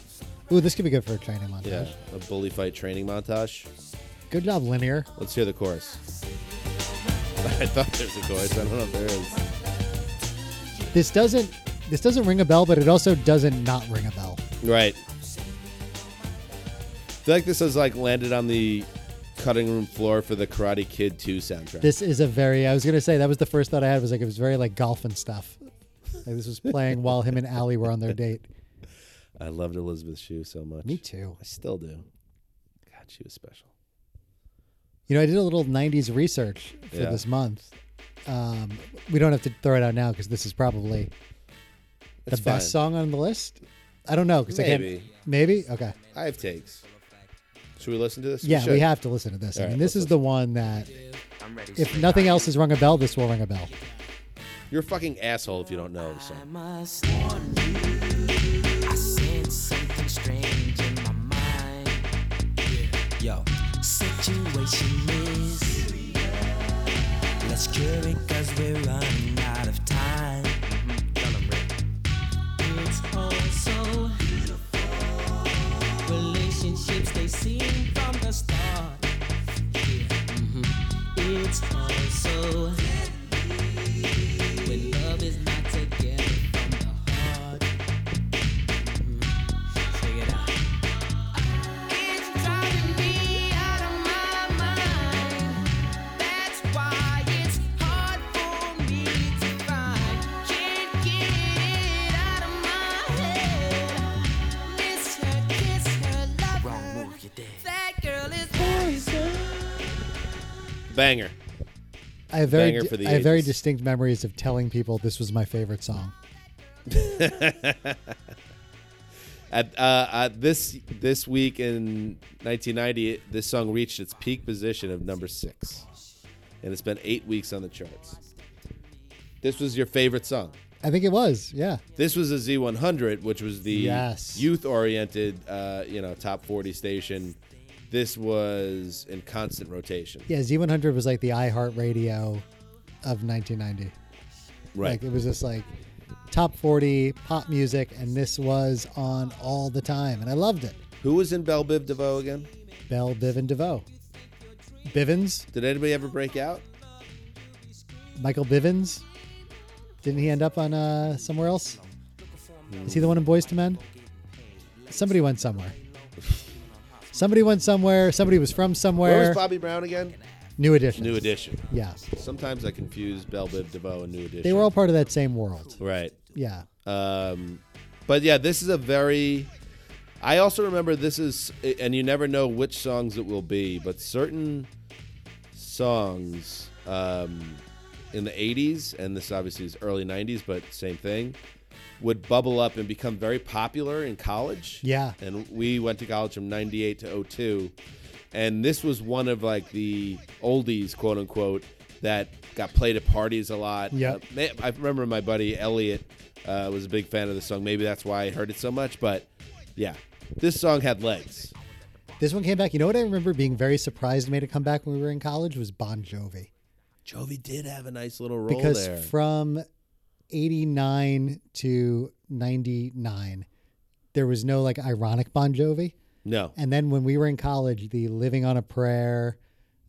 Ooh, this could be good for a training montage.
A bully fight training montage.
Good job, linear.
Let's hear the chorus. I thought there's a chorus. I don't know if there is.
This doesn't this doesn't ring a bell, but it also doesn't not ring a bell.
Right. I feel like this has like landed on the cutting room floor for the Karate Kid 2 soundtrack.
This is a very I was gonna say that was the first thought I had was like it was very like golf and stuff. Like this was playing while him and Allie were on their date.
I loved Elizabeth Shue so much.
Me too.
I still do. God, she was special.
You know, I did a little '90s research for
Yeah.
this month. Um, we don't have to throw it out now because this is probably the
It's
best
fine.
song on the list. I don't know because I can't.
Maybe.
Maybe okay.
I have takes. Should we listen to this?
Yeah, we
should.
have to listen to this. I
All
mean,
right,
this
let's
is the one that, if nothing else has rung a bell, this will ring a bell.
You're a fucking asshole if you don't know the song.
must warn you, I sense something strange in my mind. Yo, situation is, let's cure it cause we're running out of time. It's all so beautiful. Relationships they seem from the start. Mm-hmm. It's all so when love is not together from the heart. Mm. Check it out.
It's driving me out of my mind. That's why it's hard for me to find.
Banger.
I have very,
Banger
di-
for the
I have very
80s.
distinct memories of telling people this was my favorite song.
At, uh, at this this week in 1990, this song reached its peak position of number six, and it's been eight weeks on the charts. This was your favorite song.
I think it was, yeah.
This was a Z100, which was the
Yes.
youth-oriented, uh, you know, top 40 station. This was in constant rotation.
Yeah, Z100 was like the iHeartRadio of 1990.
Right.
Like it was just like top 40 pop music, and this was on all the time, and I loved it.
Who was in Belle Biv DeVoe again?
Belle, Biv, and DeVoe. Bivens,
Did anybody ever break out?
Michael Bivens. Didn't he end up on uh, somewhere else?
Hmm.
Is he the one in Boys to Men? Somebody went somewhere. somebody went somewhere. Somebody was from
Where,
somewhere.
was Bobby Brown again?
New Edition.
New Edition.
Yeah.
Sometimes I confuse Belle Biv DeVoe and New Edition.
They were all part of that same world.
right.
Yeah.
Um, but yeah, this is a very. I also remember this is, and you never know which songs it will be, but certain songs um, in the 80s, and this obviously is early 90s, but same thing, would bubble up and become very popular in college.
Yeah.
And we went to college from 98 to 02. And this was one of like the oldies, quote unquote, that got played at parties a lot.
Yep.
Uh, man, I remember my buddy Elliot uh, was a big fan of the song. Maybe that's why I heard it so much. But yeah, this song had legs.
This one came back. You know what I remember being very surprised made it come back when we were in college was Bon Jovi.
Jovi did have a nice little role
Because
there.
from 89 to 99, there was no like ironic Bon Jovi.
no.
And then when we were in college, the Living on a Prayer,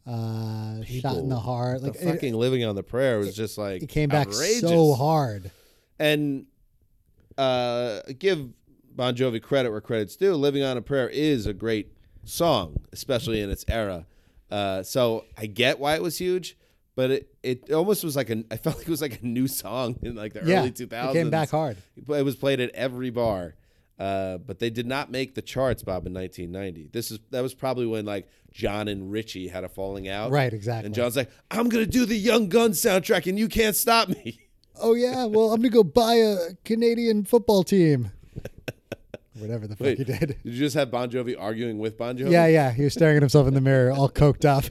uh, Shot in the
People,
Heart, like
the
it,
fucking living on the prayer was just like
it came back so
outrageous.
hard.
and uh, give Bon Jovi credit where credit's due. "Living on a Prayer" is a great song, especially in its era. Uh, so I get why it was huge, but it, it almost was like an I felt like it was like a new song in like the
Yeah,
early two
it
thousands.
came back hard.
It was played at every bar, uh, but they did not make the charts, Bob, in nineteen ninety. This is that was probably when like John and Richie had a falling out,
Right, exactly.
And John's like, "I'm gonna do the Young Guns soundtrack, and you can't stop me."
Oh yeah, well I'm gonna go buy a Canadian football team. Whatever the fuck
Wait,
he did.
Did you just have Bon Jovi arguing with Bon Jovi?
Yeah, yeah. He was staring at himself in the mirror, all coked up.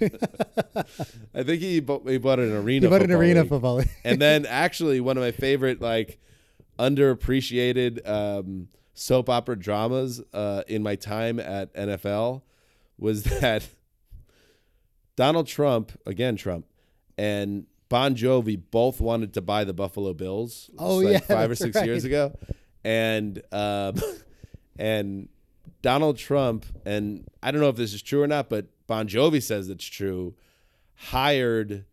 I think he bought, he bought an arena.
he bought an
football
arena
league.
football. league.
and then actually one of my favorite like underappreciated um, soap opera dramas uh, in my time at NFL was that Donald Trump again Trump and Bon Jovi both wanted to buy the Buffalo Bills. It's
Oh,
like
yeah,
five or
that's
six years
right.
ago, and um, and Donald Trump and I don't know if this is true or not, but Bon Jovi says it's true. Hired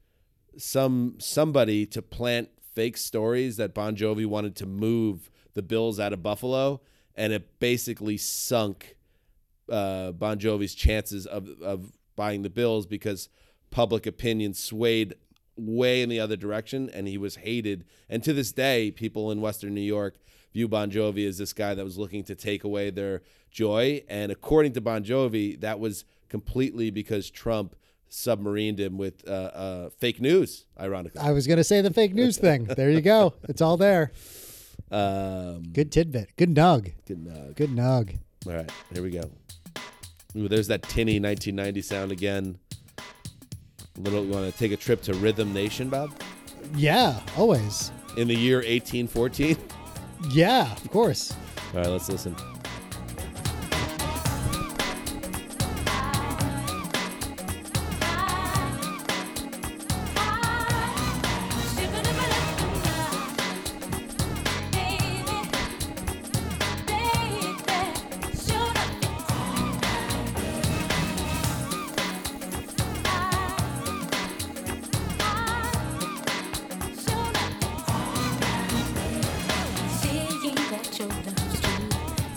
some somebody to plant fake stories that Bon Jovi wanted to move the Bills out of Buffalo, and it basically sunk uh, Bon Jovi's chances of of buying the Bills because public opinion swayed way in the other direction, and he was hated. And to this day, people in Western New York view Bon Jovi as this guy that was looking to take away their joy. And according to Bon Jovi, that was completely because Trump submarined him with uh, uh, fake news, ironically.
I was gonna say the fake news thing. There you go. It's all there.
Um,
Good tidbit. Good nug.
good nug.
Good nug.
All right, here we go. Ooh, there's that tinny 1990 sound again. Little, you want to take a trip to Rhythm Nation, Bob?
Yeah, always.
In the year 1814?
Yeah, of course.
All right, let's listen.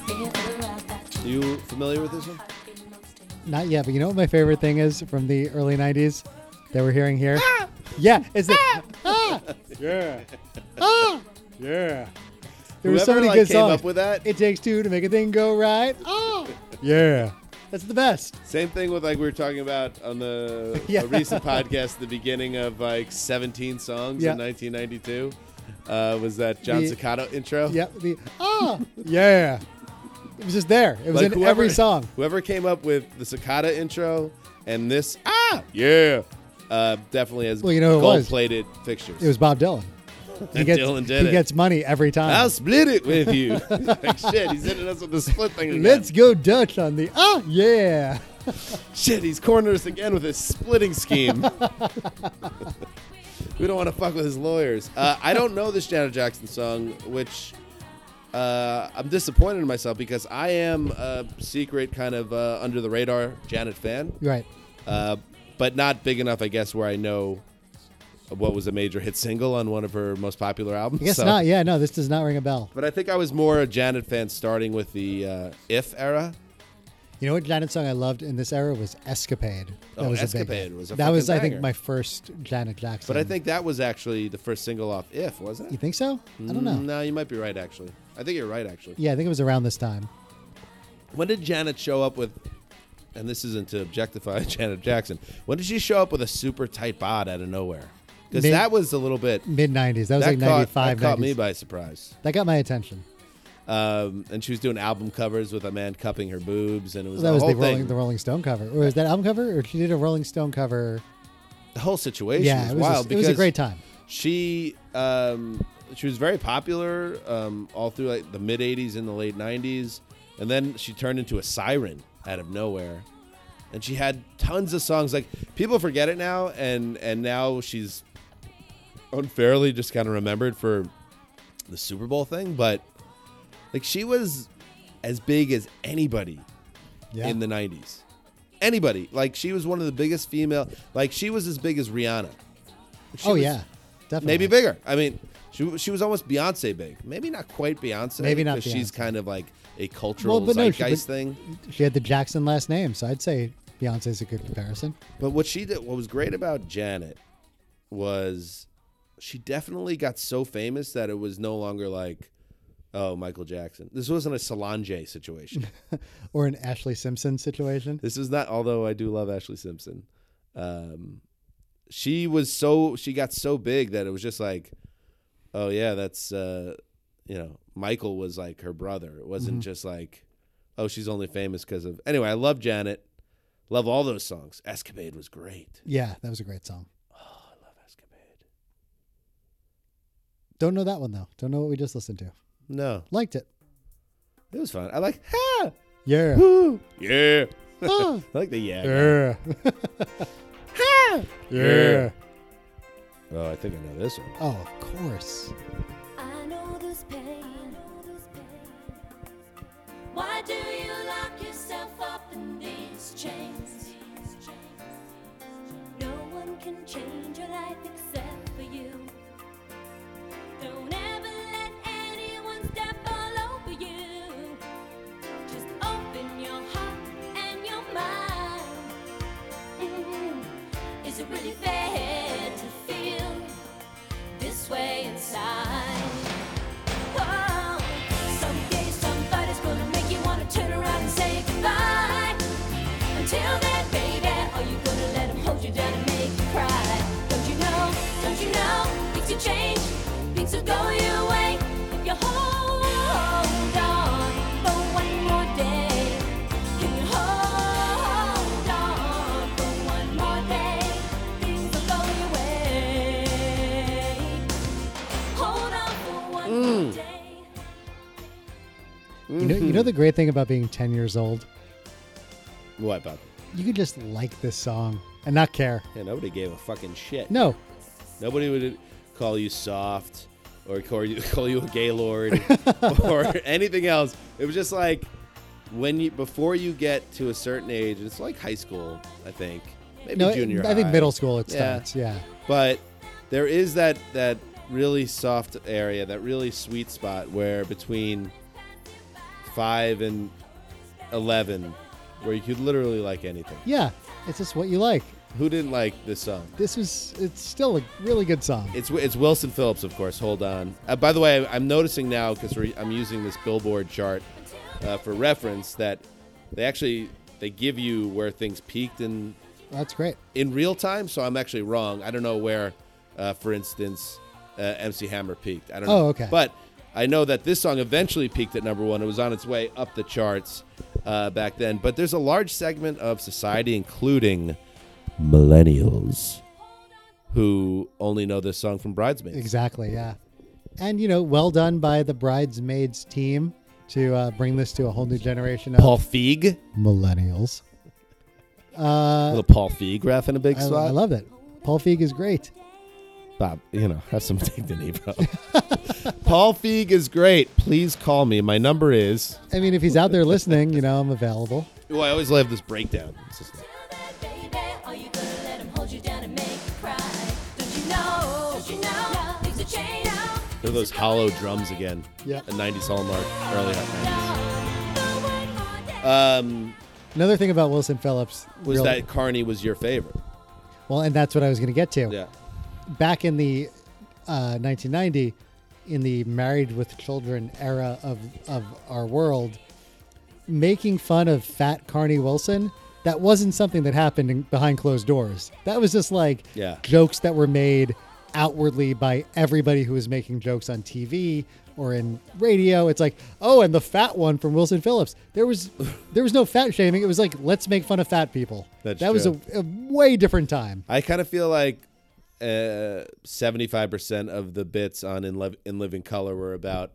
Are you familiar with this one?
Not yet, but you know what my favorite thing is from the early '90s that we're hearing here? Yeah, is it? Ah! Yeah. Ah! Yeah. There were so
Whoever
many
like,
good
came
songs.
up with that,
It takes two to make a thing go right. Oh, yeah. Ah! That's the best.
Same thing with like we were talking about on the
Yeah.
a recent podcast, the beginning of like 17 songs
Yeah.
in 1992. Uh, was that John
The-
Ciccato intro?
Yeah. The, ah, yeah. It was just there. It was
Like,
in every song.
Whoever came up with the cicada intro and this, ah, yeah, uh, definitely has
Well, you know who it was.
gold-plated fixtures.
It was Bob Dylan. He
And
gets,
Dylan did
he
it.
gets money every time.
I'll split it with you. like, shit, he's hitting us with the split thing again.
Let's go Dutch on the ah yeah.
Shit, he's cornered us again with his splitting scheme. we don't want to fuck with his lawyers. Uh, I don't know this Janet Jackson song, which uh, I'm disappointed in myself because I am a secret kind of uh, under the radar Janet fan,
Right.
uh, but not big enough, I guess, where I know what was a major hit single on one of her most popular albums.
I guess
so-
not. Yeah, no, this does not ring a bell.
But I think I was more a Janet fan starting with the uh, If era.
You know what Janet song I loved in this era was Escapade.
Oh,
was big
Escapade
one.
was a
That was
fucking
I think
banger.
my first Janet Jackson.
But I think that was actually the first single off If, wasn't it?
Mm. You think so? I don't know.
Mm, No, you might be right actually. I think you're right actually.
Yeah, I think it was around this time.
When did Janet show up with and this isn't to objectify Janet Jackson. When did she show up with a super tight bod out of nowhere? Cuz
Mid-
that was a little bit
Mid 90s. That was
that
like
caught,
95,
that caught me
90s.
by surprise.
That got my attention.
Um, and she was doing album covers with a man cupping her boobs and it was
that
the
was
whole
the Rolling,
thing.
the Rolling Stone cover. Or was that album cover? Or she did a Rolling Stone cover.
the whole situation
Yeah,
was,
it was, a-
wild
it was a
because
great time.
she um, she was very popular um, all through like the mid 80s and the late 90s and then she turned into a siren out of nowhere and she had tons of songs like people forget it now and and now she's unfairly just kind of remembered for the Super Bowl thing but like she was as big as anybody
Yeah. Oh,
in the 90s anybody like she was one of the biggest female like she was as big as Rihanna She
oh,
was-
yeah. Definitely.
maybe bigger. I mean, she she was almost Beyonce big. Maybe not quite Beyonce.
Maybe not
because She's
Beyonce.
kind of like a cultural
Well, but no, she-
zeitgeist
but-
thing.
She had the Jackson last name, so I'd say Beyonce's a good comparison.
But what she did, what was great about Janet, was she definitely got so famous that it was no longer like, oh, Michael Jackson. This wasn't a Solange situation.
Or an Ashley Simpson situation.
This is not, although I do love Ashley Simpson. Um, she was so she got so big that it was just like, oh yeah, that's uh, you know Michael was like her brother. It wasn't just like, oh she's only famous because of. Anyway, I love Janet. Love all those songs. Escapade was great.
Yeah, that was a great song.
Love Escapade.
Don't know that one, though. Don't know what we just listened to.
No,
Liked it.
it was fun. I like ha
Yeah.
woo yeah.
Ah.
I like the yeah.
Yeah. yeah.
Oh, I think I know this one.
Oh, of course.
I know this pain. Why do you lock yourself up in these chains? No one can change your life except for you. Don't ever let anyone step all over you. Just open your heart and your mind. Mm. Is it really fair to feel? this way inside. Oh, someday somebody's gonna make you wanna turn around and say goodbye. Until then, baby, are you gonna let him hold you down and make you cry? Don't you know? Don't you know? Things will change, things will go your way if you hold on for one more day. Can you hold on for one more day? Things will go your way. Hold on for one more day.
You know, you know the great thing about being 10 years old?
What about?
You could just like this song and not care.
Yeah, nobody gave a fucking shit.
No.
Nobody would call you soft or call you, call you a gaylord or anything else. It was just like when you before you get to a certain age, it's like high school, I think, maybe
No,
junior.
I think
high.
middle school it
Yeah.
starts. Yeah.
But there is that that really soft area, that really sweet spot where between five and eleven, where you could literally like anything.
Yeah. It's just what you like.
Who didn't like this song?
This was, it's still a really good song.
It's it's Wilson Phillips, of course. Hold on. Uh, by the way, I'm noticing now because I'm using this Billboard chart uh, for reference that they actually they give you where things peaked and
That's great.
in real time. So I'm actually wrong. I don't know where, uh, for instance, uh, MC Hammer peaked. I don't
Oh,
know.
okay.
But I know that this song eventually peaked at number one. It was on its way up the charts uh, back then. But there's a large segment of society, including millennials, who only know this song from Bridesmaids.
Exactly. Yeah. And you know, well done by the bridesmaids team to uh, bring this to a whole new generation of
Paul Feig,
millennials.
a little Paul Feig ref in a big
Uh, I,
spot.
I love it. Paul Feig is great.
Bob, you know, have some dignity, bro. Paul Feig is great. Please call me. My number is.
I mean, if he's out there listening, you know, I'm available.
Oh, I always love this breakdown. It's just-
Are you gonna let him hold you down and make you cry? Don't you know? Don't you know? Things are changing now.
They're those hollow drums again.
Yeah.
A 90s hallmark, early hot
No.
90s. Um,
Another thing about Wilson Phillips
was
real-
that Carney was your favorite?
well, and that's what I was going to get to.
Yeah.
Back in the uh, 1990, in the married with children era of of our world, making fun of fat Carney Wilson. That wasn't something that happened in, behind closed doors. That was just like
Yeah.
jokes that were made outwardly by everybody who was making jokes on TV or in radio. It's like, oh, and the fat one from Wilson Phillips. There was there was no fat shaming. It was like let's make fun of fat people.
That's
that was a,
true.
a way different time.
I kind of feel like uh, 75% of the bits on In, Lev- in Living Color were about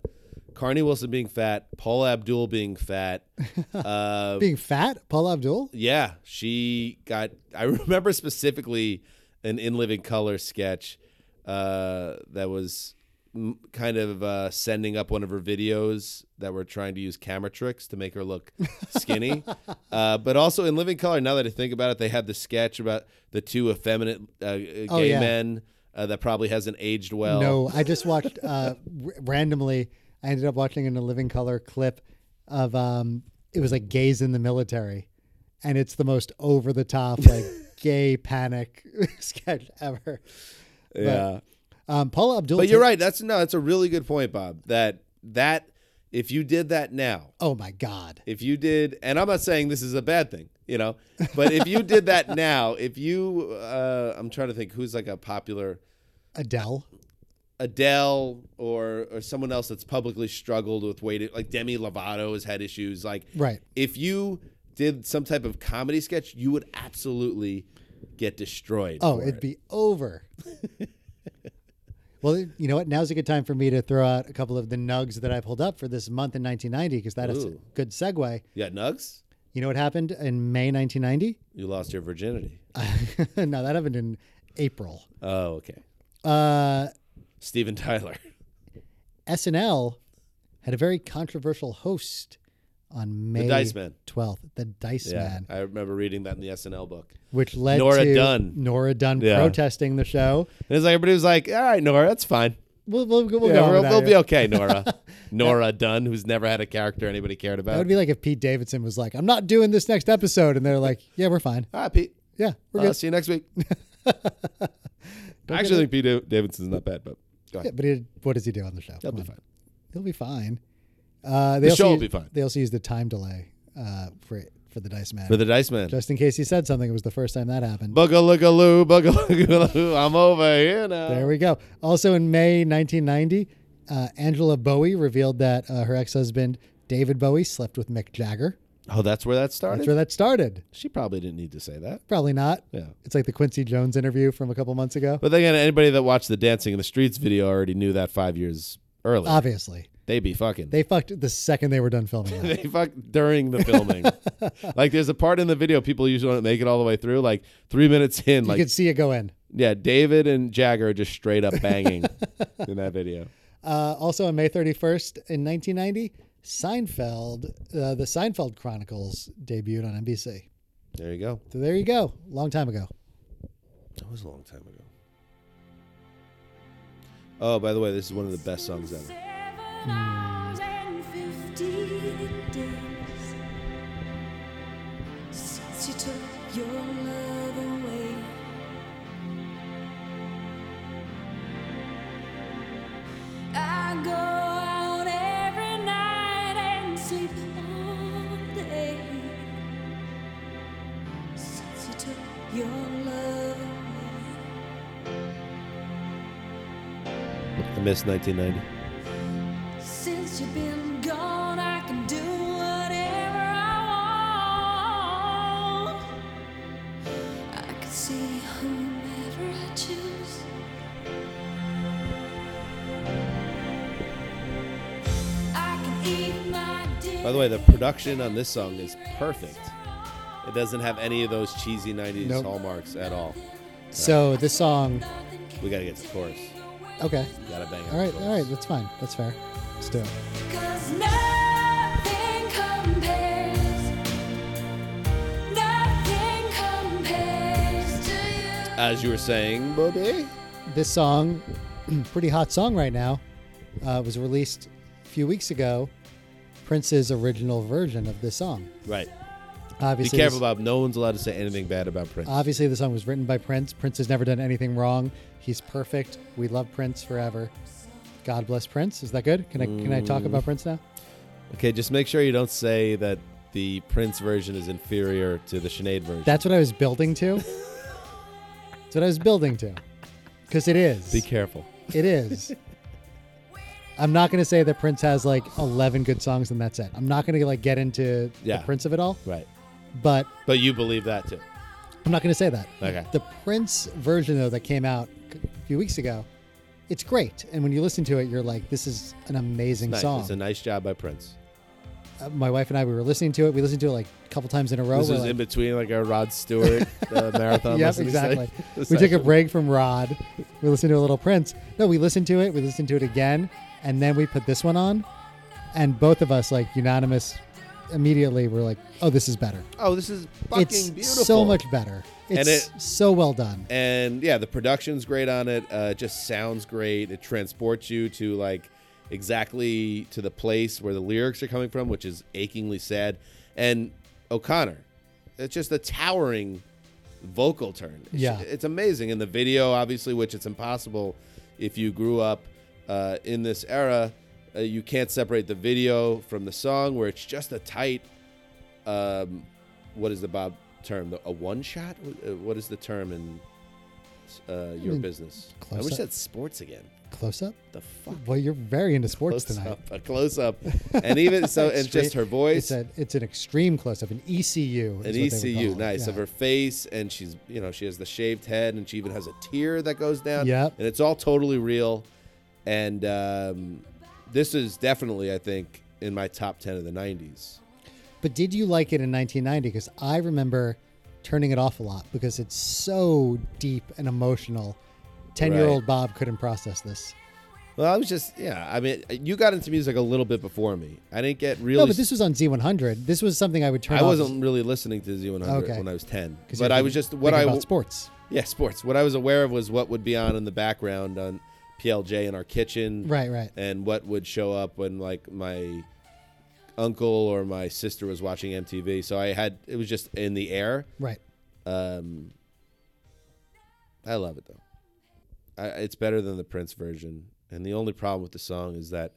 Carney Wilson being fat, Paul Abdul being fat. Uh,
Being fat, Paul Abdul.
Yeah, she got. I remember specifically an In Living Color sketch uh, that was m- kind of uh, sending up one of her videos that were trying to use camera tricks to make her look skinny. uh, but also in Living Color, now that I think about it, they had the sketch about the two effeminate uh, uh, gay
Oh, yeah.
men uh, that probably hasn't aged well.
No, I just watched uh, r- randomly. I ended up watching in a living color clip of um, it was like gays in the military, and it's the most over the top like gay panic sketch ever.
Yeah.
Um, Paula Abdul.
But you're right. That's no. That's a really good point, Bob. That that if you did that now,
Oh my God.
if you did and i'm not saying this is a bad thing you know but if you did that now if you uh, i'm trying to think who's like a popular
Adele.
adele or or someone else that's publicly struggled with weight like demi lovato has had issues like
Right.
if you did some type of comedy sketch you would absolutely get destroyed
Oh,
for
it'd
it.
be over. well, you know what? Now's a good time for me to throw out a couple of the nugs that I pulled up for this month in 1990 because that is a
Ooh.
good segue.
you got nugs
You know what happened in May 1990?
you lost your virginity
no, that happened in April.
oh okay
Uh,
steven tyler
SNL had a very controversial host on May
Dice Man.
12th, the Dice
yeah
Man,
i remember reading that in the snl book
which led
Nora
to
Dunn.
Nora Dunn
Yeah.
protesting the show.
and it's like everybody was like all right nora that's fine
We'll, we'll, we'll
Yeah,
go on
we'll,
with that
we'll
here.
be okay, Nora. Nora Dunn, who's never had a character anybody cared
That
about.
would be like if Pete Davidson was like, I'm not doing this next episode. And they're like, yeah, we're fine.
All right, Pete.
Yeah, we're
I'll
good.
see you next week. I actually think Pete Da- Davidson's not bad, but go
Yeah,
ahead.
but he, what does he do on the show?
That'll be
Come on.
fine.
He'll be fine. Uh, they
The
also
show will
use-
be fine.
They also use the time delay uh, for, for the Dice Man.
For the Dice Man.
Just in case he said something, it was the first time that happened.
Boogaloogaloo, boogaloogaloo, I'm over here now.
There we go. Also in May 1990, uh, Angela Bowie revealed that uh, her ex husband, David Bowie, slept with Mick Jagger.
oh, that's where that started?
That's where that started.
she probably didn't need to say that.
Probably not.
Yeah.
It's like the Quincy Jones interview from a couple months ago.
But then again, anybody that watched the Dancing in the Streets video already knew that five years earlier.
Uh, Obviously,
they be fucking.
they fucked the second they were done filming. that.
they fuck during the filming. like, there's a part in the video people usually don't make it all the way through. Like, three minutes in,
you
like,
could see it go in.
Yeah, David and Jagger are just straight up banging in that video.
Uh, also on May 31st in 1990, Seinfeld, uh, the Seinfeld Chronicles debuted on NBC.
There you go.
So there you go. Long time ago.
That was a long time ago. Oh, by the way, this is one of the best songs ever.
Seven hours and fifteen days since you took your love away. I go out every night and sleep all day.
miss 1990.
Since you've been gone, I can do whatever I want. I can see whomever I choose. I can eat my dinner.
By the way, the production on this song is perfect. It doesn't have any of those cheesy 90s
Nope.
hallmarks at all.
So this song,
We got to get to the chorus.
okay,
We got to bang out
all right,
the
all
chorus.
right, that's fine, that's fair. Let's do it.
Cause nothing compares. Nothing compares to you.
As you were saying, Bobby.
This song, pretty hot song right now, uh, was released a few weeks ago. Prince's original version of this song.
Right. Be
Obviously,
careful,
this-
Bob. No one's allowed to say anything bad about Prince.
Obviously, the song was written by Prince. Prince has never done anything wrong. He's perfect. We love Prince forever. God bless Prince. Is that good? Can I can I
Mm.
talk about Prince now?
Okay, just make sure you don't say that the Prince version is inferior to the Sinead version.
That's what I was building to. That's what I was building to, because it is.
Be careful.
it is. I'm not gonna say that Prince has like 11 good songs and that's it. I'm not gonna like get into
Yeah.
the Prince of it all,
Right.
but
But you believe that too.
I'm not going to say that.
Okay.
The Prince version, though, that came out a few weeks ago, it's great. And when you listen to it, you're like, this is an amazing
Nice.
song.
It's a nice job by Prince.
Uh, my wife and I, we were listening to it. We listened to it like a couple times in a row.
This
We're
was
like,
in between like a Rod Stewart uh, marathon.
Oh, Yep,
listening
exactly.
se-
we took a
session.
break from Rod. We listened to a little Prince. No, we listened to it. We listened to it again, and then we put this one on, and both of us, like unanimous, immediately were like, "Oh, this is better.
Oh, this is fucking
it's
beautiful.
so much better. It's
And it-
so well done."
and yeah, the production's great on it. Uh, it just sounds great. It transports you to like exactly to the place where the lyrics are coming from, which is achingly sad. And O'Connor, it's just a towering vocal turn. It's-
Yeah.
it's amazing. And the video, obviously, which it's impossible if you grew up uh, in this era, uh, you can't separate the video from the song, where it's just a tight um, what is the Bob term? The- A one shot? Uh, What is the term in uh, your business? I
close
wish
up.
that's sports again.
Close up.
The fuck?
Well, you're very into sports
Close
tonight.
up, a close up, and even so, and just her voice,
It's, a, it's an extreme close up, an ECU.
an
is what they would call
ECU,
it.
nice
Yeah.
of her face, and she's you know she has the shaved head, and she even has a tear that goes down.
Yep.
and it's all totally real, and um, this is definitely I think in my top ten of the '90s.
But did you like it in 1990? Because I remember turning it off a lot because it's so deep and emotional. 10 year old
Right.
Bob couldn't process this.
Well, I was just yeah. I mean, you got into music a little bit before me. I didn't get really.
No, but this was on Z100. This was something I would turn
I
off.
wasn't really listening to Z100
Okay.
when I was 10.
'cause
But
you're
I was just what
thinking
I
about sports.
yeah sports. What I was aware of was what would be on in the background on PLJ in our kitchen,
Right, right.
and what would show up when like my uncle or my sister was watching MTV. So I had it was just in the air.
Right.
Um, I love it though. I, it's better than the Prince version, and the only problem with the song is that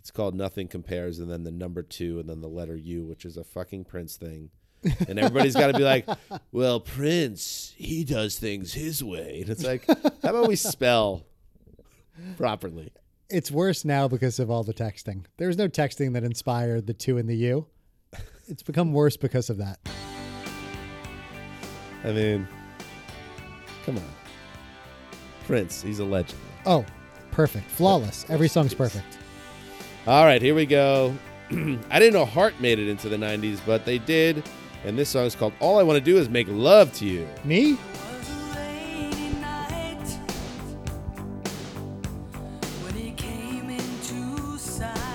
it's called "Nothing Compares," and then the number two, and then the letter U, which is a fucking Prince thing. And everybody's got to be like, "Well, Prince, he does things his way," and it's like, how about we spell properly?
It's worse now because of all the texting. There was no texting that inspired the two and the U. It's become worse because of that.
I mean, come on, Prince, he's a legend.
Oh, perfect. Flawless. Every song's perfect.
All right, here we go. I didn't know Heart made it into the 90s, but they did. And this song is called All I Want to Do Is Make Love to You.
Me?
was a rainy night when he came into sight.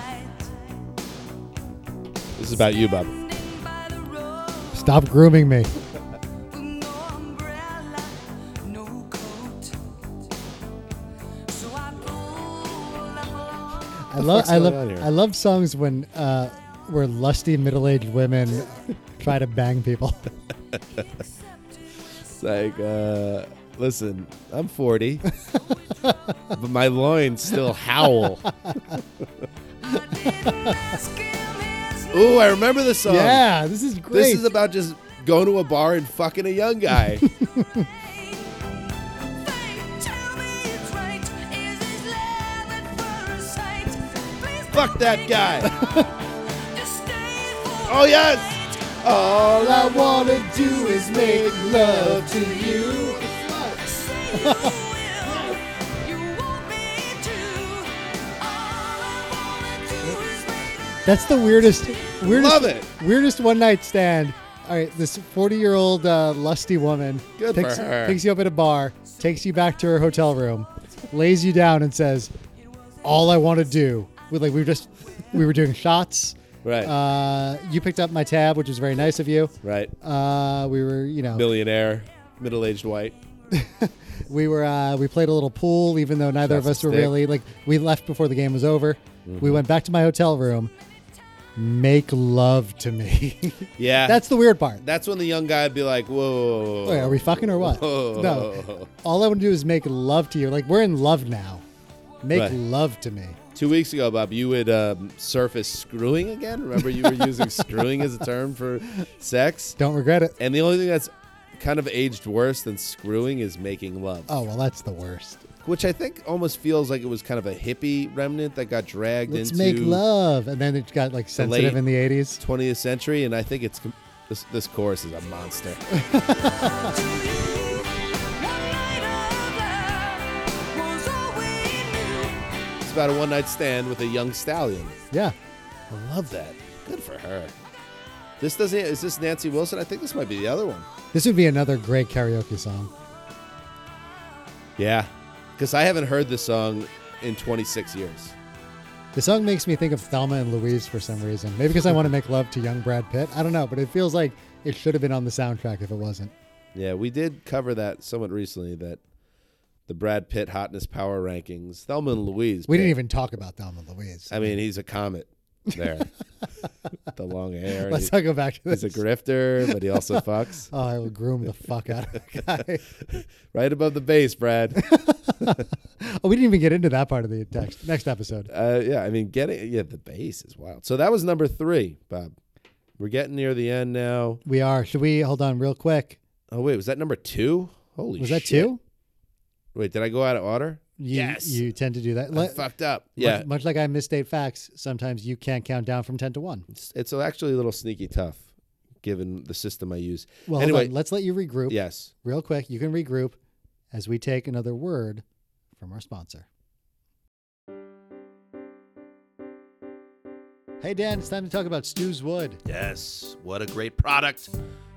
This is about you, Bob.
Standing by the road
Stop grooming me.
with no umbrella, no coat. So I pulled up along.
I love
fuck's
I
going on
love
here?
I love songs when uh where lusty middle-aged women try to bang people.
It's like, uh, listen, I'm 40, but my loins still howl.
I didn't ask him his name.
Ooh, I remember this song.
yeah, this is
Um, This
great.
is about just going to a bar and fucking a young guy.
Think, tell me it's right. Is this love at
Fuck that guy. oh, yes. All I want to do is make love to you.
That's the weirdest, weirdest,
Love it.
weirdest one night stand. All right, this forty-year-old uh, lusty woman
Good for
picks,
her.
picks you up at a bar, takes you back to her hotel room, lays you down, and says, "All I want to do." We like we were just we were doing shots.
Right.
Uh, you picked up my tab, which was very nice of you.
right.
Uh, we were, you know,
Millionaire, middle aged white.
we were uh, we played a little pool, even though neither of
Shots
us
to
were
stick.
really like we left before the game was over.
Mm-hmm.
We went back to my hotel room. Make love to me.
Yeah.
That's the weird part.
that's when the young guy would be like, whoa.
Wait, are we fucking or what? No.
Whoa.
All I want to do is make love to you. Like we're in love now. Make
Right.
love to me.
Two weeks ago, Bob, you would um, surface screwing again. Remember, you were using screwing as a term for sex?
Don't regret it.
And the only thing that's kind of aged worse than screwing is making love,
Oh well, that's the worst.
which I think almost feels like it was kind of a hippie remnant that got dragged
Let's
into
make love, and then it got like sensitive
late-
in the '80s.
20th century. And I think it's com- this, this chorus is a monster. It's about a one night stand with a young stallion.
Yeah.
I love that. Good for her. This doesn't. Is this Nancy Wilson? I think this might be the other one.
This would be another great karaoke song.
Yeah, because I haven't heard this song in 26 years.
The song makes me think of Thelma and Louise for some reason. Maybe because I want to make love to young Brad Pitt. I don't know, but it feels like it should have been on the soundtrack if it wasn't.
Yeah, we did cover that somewhat recently. That the Brad Pitt hotness power rankings. Thelma and Louise.
We
Pitt.
didn't even talk about Thelma and Louise.
I mean, he's a comet. There, the long hair. he-
Let's not go back to this.
He's a grifter, but he also fucks.
Oh, I will groom the fuck out of that guy.
Right above the base, Brad.
Oh, we didn't even get into that part of the text. next episode.
Uh, yeah, I mean, getting yeah, the base is wild. So that was number three, Bob. We're getting near the end now.
We are. Should we hold on real quick?
Oh wait, was that number two? Holy,
Was that
shit.
two?
Wait, did I go out of order?
You,
yes,
You tend to do that.
I
Let- much,
fucked up. Yeah,
much like I misstate facts, sometimes you can't count down from 10 to 1.
it's, it's actually a little sneaky tough, given the system I use.
Well, hold
anyway,
on. let's let you regroup
yes,
real quick. You can regroup as we take another word from our sponsor. Hey, Dan, it's time to talk about Stu's Wood.
yes. What a great product!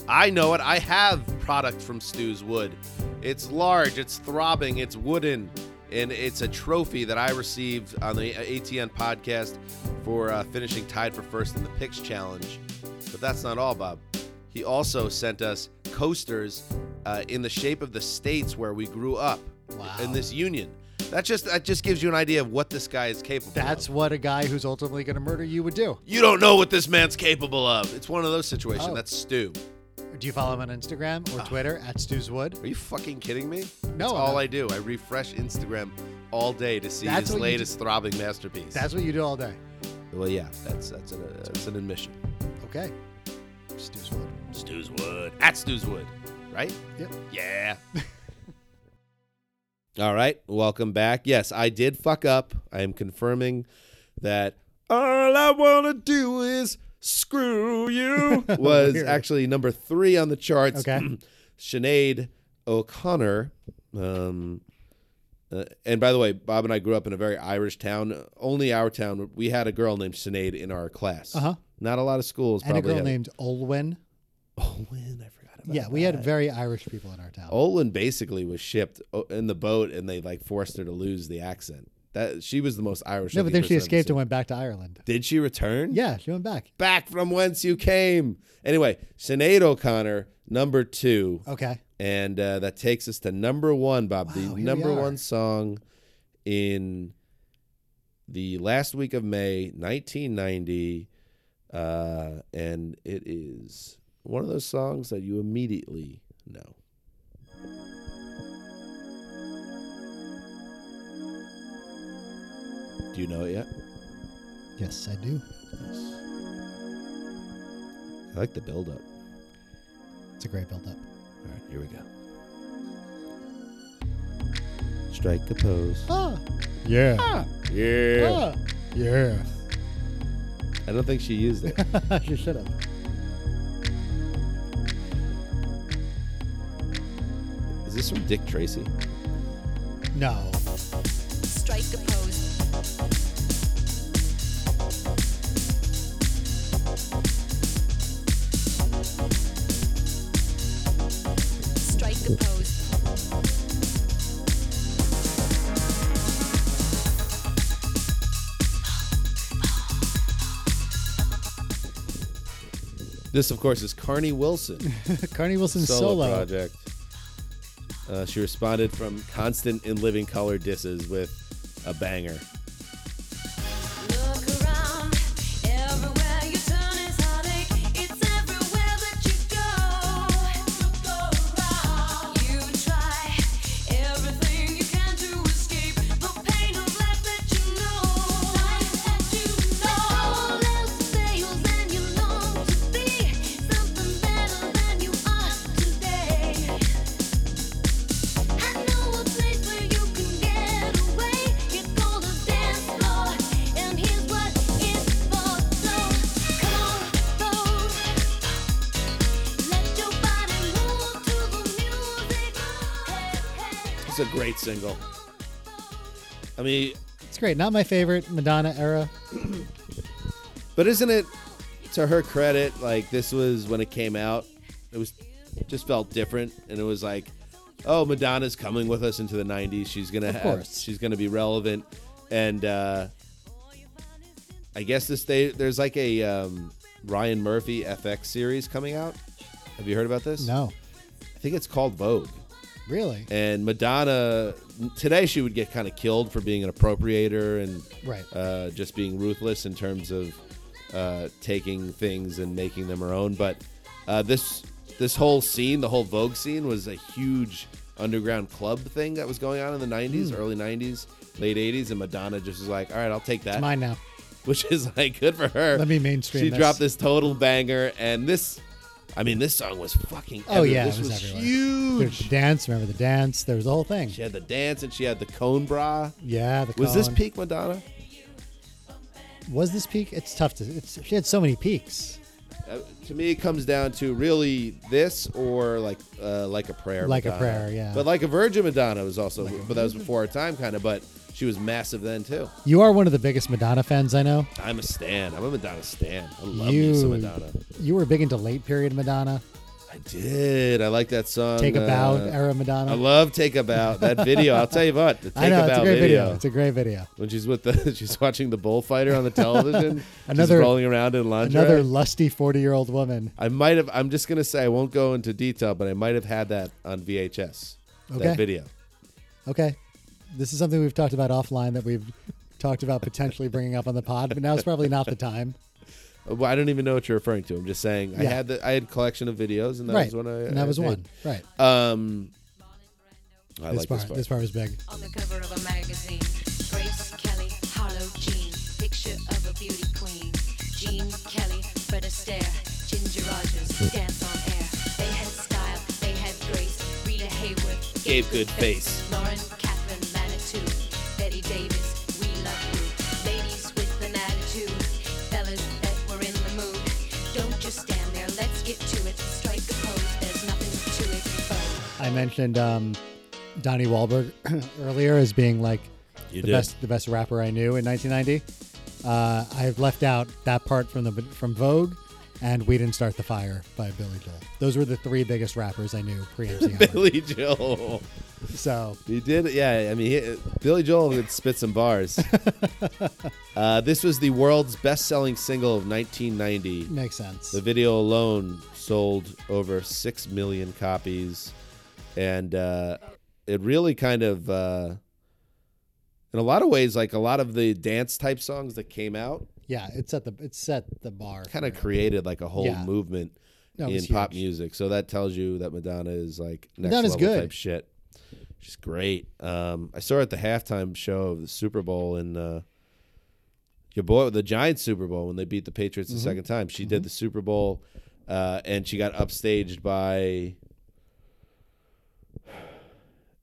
I know it. I have product from Stu's Wood. It's large. It's throbbing. It's wooden. And it's a trophy that I received on the ATN podcast for uh, finishing tied for first in the picks challenge. But that's not all, Bob. He also sent us coasters uh, in the shape of the states where we grew up
Wow.
in this union. That just that just gives you an idea of what this guy is capable.
That's
of.
what a guy who's ultimately going to murder you would do.
you don't know what this man's capable of. It's one of those situations.
Oh.
That's Stu.
Do you follow him on Instagram or Twitter at Stu's Wood?
Are you fucking kidding me?
No,
That's
I'm
all
not.
I do. I refresh Instagram all day to see
That's
his
what you do-
latest throbbing masterpiece.
That's what you do all day.
well, yeah, that's that's an, uh, that's an admission.
Okay. Stu's Wood.
Stu's Wood at Stu's Wood, right?
Yep.
Yeah. all right, welcome back. Yes, I did fuck up. I am confirming that all I want to do is screw you was
Weird.
actually number three on the charts.
Okay.
Sinead O'Connor. Um, uh, and by the way, Bob and I grew up in a very Irish town. Only our town. We had a girl named Sinead in our class.
Uh-huh.
Not a lot of schools.
And a
probably
girl
have-
named Olwen.
Olwen. I forgot about.
Yeah, we had very Irish people in our town.
Olwen basically was shipped o- in the boat, and they like forced her to lose the accent. That she was the most Irish.
no, but then she escaped and
away.
went back to Ireland.
Did she return?
Yeah, she went back.
Back from whence you came. Sinead O'Connor, number two.
Okay.
And uh, that takes us to number one, Bob,
Wow, here
the
we
number
are.
one song in the last week of May, 1990. Uh, and it is one of those songs that you immediately know. Do you know it yet?
Yes, I do.
Yes. I like the build up.
It's a great build-up.
All right, here we go. Strike a pose.
Ah. Yeah.
Yeah.
Ah. Yeah.
I don't think she used it.
she should have.
Is this from Dick Tracy?
No.
Strike a pose. Strike a pose.
This, of course, is Carney Wilson.
Carney Wilson solo.
project. Uh, she responded from constant in living color disses with a banger.
Look around, everywhere you turn is heartache. It's everywhere that you go. Go around, you try everything you can to escape the pain of life that you know. Life that you know. All else fails and you long to be something better than you are today. I know a place where you can get away. It's called a dance floor, and here's what it's for. So come on, go. Let your body move to the music.
It's a great single. I mean,
It's great. Not my favorite Madonna era.
but isn't it to her credit? Like this was when it came out, it was just felt different, and it was like, oh, Madonna's coming with us into the '90s. She's gonna
Of
have,
course.
she's gonna be relevant, and uh, I guess this they there's like a um, Ryan Murphy FX series coming out. Have you heard about this?
No.
I think it's called Vogue.
Really?
And Madonna, today she would get kind of killed for being an appropriator and
Right.
uh, just being ruthless in terms of uh, taking things and making them her own. But uh, this this whole scene, the whole Vogue scene, was a huge underground club thing that was going on in the '90s,
Hmm.
early '90s, late '80s, and Madonna just was like, "All right, I'll take that."
Mine now.
which is like good for her.
Let me mainstream
She
this.
dropped this total banger, and this, I mean, this song was fucking.
Oh,
everywhere.
yeah, it
this
was
was,
everywhere. There's
huge.
the dance. Remember the dance? There was the whole thing.
She had the dance, and she had the cone bra.
Yeah. The
Was this
cone.
peak Madonna?
Was this peak? It's tough to. It's she had so many peaks.
Uh, to me, it comes down to really this or like uh, like a prayer,
Like a
Madonna.
Prayer, yeah.
But like a Virgin Madonna was also, but that was before our time, kind of. But she was massive then too.
You are one of the biggest Madonna fans I know.
I'm a stan. I'm a Madonna stan. I love
you,
you, some Madonna.
you were big into late period Madonna,
I did. I like that song.
Take a Bow
uh,
era Madonna.
I love Take About that video. I'll tell you what, the Take
I know
About
it's a great video.
video,
It's a great video.
when she's with the she's watching the bullfighter on the television,
Another-
she's rolling around in lingerie.
Another lusty forty-year-old woman.
I might have. I'm just gonna say I won't go into detail, but I might have had that on VHS.
Okay.
That video.
Okay, this is something we've talked about offline that we've talked about potentially bringing up on the pod, but now it's probably not the time.
Well, I don't even know what you're referring to. I'm just saying I
Yeah.
had the I had a collection of videos, and that
right,
was one. I,
and that
I
was
made.
one. Right.
Um, I
this
like
part.
this part.
This part was big.
On the cover of a magazine, Grace Kelly, Harlow Jean, picture of a beauty queen. Jean Kelly, Fred Astaire, Ginger Rogers, dance on air. They had style, they had grace. Rita Hayworth
Gave good face.
Lauren Catherine Manitou, Betty Davis, we love you. Ladies with an attitude, fellas that were in the mood. Don't just stand there, let's get to it. Strike a pose, there's nothing to it. But
I mentioned um, Donnie Wahlberg earlier as being like
You
the
did.
best the best rapper I knew in 1990. Uh, I've left out that part from the from Vogue and "We Didn't Start the Fire" by Billy Joel. Those were the three biggest rappers I knew pre MTV.
Billy Joel.
so
He did, yeah. I mean, he, Billy Joel could spit some bars. uh, this was the world's best-selling single of 1990.
makes sense.
The video alone sold over six million copies, and uh, it really kind of, uh, in a lot of ways, like a lot of the dance type songs that came out,
yeah, it's at the it's set the bar.
kind of created like a whole
Yeah.
movement
No, it
in
was
pop
huge.
music. So that tells you that Madonna is like next
Madonna's
level
good.
type shit. She's great. Um, I saw her at the halftime show of the Super Bowl in uh, your boy the Giants Super Bowl when they beat the Patriots
Mm-hmm.
the second time. She did the Super Bowl, uh, and she got upstaged by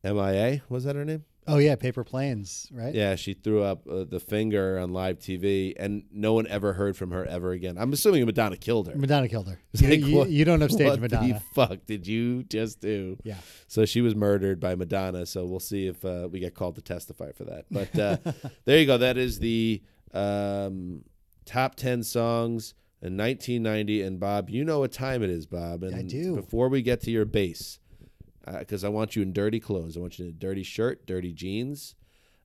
MIA. Was that her name?
Oh yeah, paper planes, right?
Yeah, she threw up uh, the finger on live TV, and no one ever heard from her ever again. I'm assuming Madonna killed her.
Madonna killed her. You,
Like,
you-
what-
you don't upstage
what
Madonna.
the fuck did you just do?
Yeah.
So she was murdered by Madonna. So we'll see if uh, we get called to testify for that. But uh, there you go. That is the um, top ten songs in 1990. And Bob, you know what time it is, Bob. And
I do.
Before we get to your bass, because I want you in dirty clothes. I want you in a dirty shirt, dirty jeans,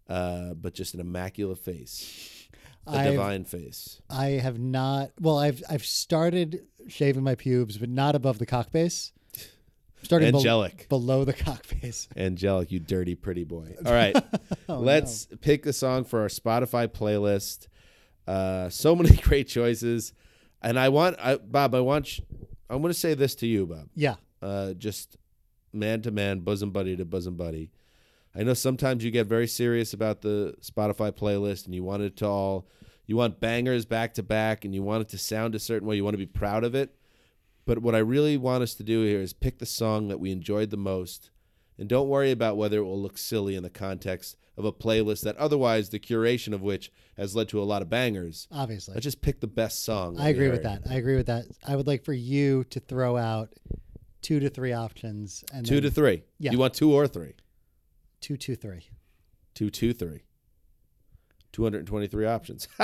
uh, but just an immaculate face, a
I've-
divine face.
I have not. Well, I've I've started shaving my pubes, but not above the cock base. Starting bel-
Angelic.
below the cock base.
Angelic, you dirty pretty boy. All right. Oh, Let's pick the song for our Spotify playlist. Uh, so many great choices. And I want I, Bob, I want you, I'm going to say this to you, Bob.
Yeah.
Uh, just man to man, bosom buddy to bosom buddy. I know sometimes you get very serious about the Spotify playlist and you want it to all you want bangers back to back and you want it to sound a certain way, you want to be proud of it. But what I really want us to do here is pick the song that we enjoyed the most. And don't worry about whether it will look silly in the context of a playlist that otherwise the curation of which has led to a lot of bangers.
Obviously.
Let's just pick the best song. that
I
we
agree with
heard.
that. I agree with that. I would like for you to throw out two to three options and
Two
then
to three.
Yeah.
You want two or three?
two, two, three.
Two, two, three. 223 options.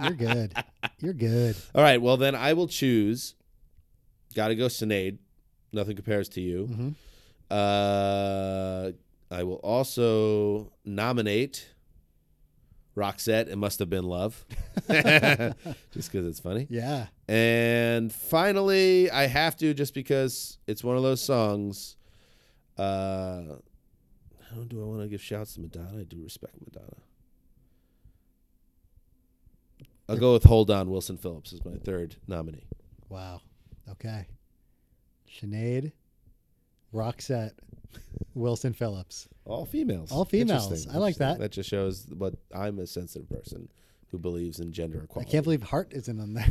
You're good. You're good.
All right. Well, then I will choose. Got to go, Sinead. Nothing compares to you. Uh, I will also nominate Roxette. It must have been love, just because it's funny.
Yeah.
And finally, I have to just because it's one of those songs. Uh, how do I want to give shouts to Madonna? I do respect Madonna. I'll go with "Hold On." Wilson Phillips is my third nominee.
Wow. Okay. Sinead, Roxette, Wilson Phillips.
All females.
All females.
Interesting,
I like
interesting.
that.
That just shows what I'm a sensitive person who believes in gender
I
equality.
can't believe Hart isn't on there.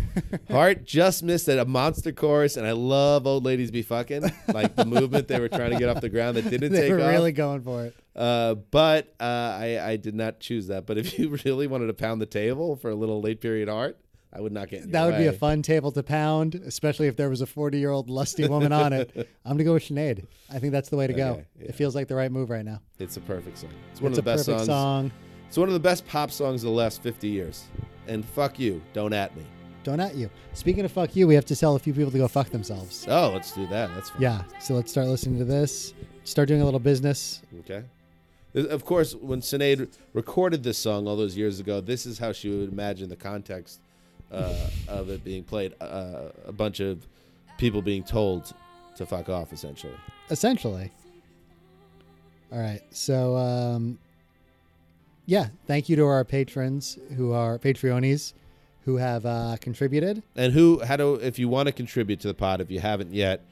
Heart just missed it, a monster chorus, and I love old ladies be fucking like the movement they were trying to get off the ground that didn't
they
take
were
off.
really going for it.
Uh, but uh, I, I did not choose that. But if you really wanted to pound the table for a little late period art, I would not get. in
That
your
would be a
way.
fun table to pound, especially if there was a 40 year old lusty woman on it. I'm going to go with Sinead. I think that's the way to go.
Okay, yeah.
It feels like the right move right now.
It's a perfect song. It's one
it's
of the
a
best
perfect
songs.
song.
It's one of the best pop songs of the last fifty years. And fuck you, don't at me.
Don't at you. Speaking of fuck you, we have to tell a few people to go fuck themselves.
Oh, let's do that. That's fun.
Yeah. So let's start listening to this. Start doing a little business.
Okay. Th- Of course, when Sinead recorded this song all those years ago, this is how she would imagine the context uh, of it being played. Uh, a bunch of people being told to fuck off, essentially.
essentially. All right. So, um, yeah, thank you to our patrons who are Patreonies who have uh, contributed.
And who, how do, if you want to contribute to the pod, if you haven't yet,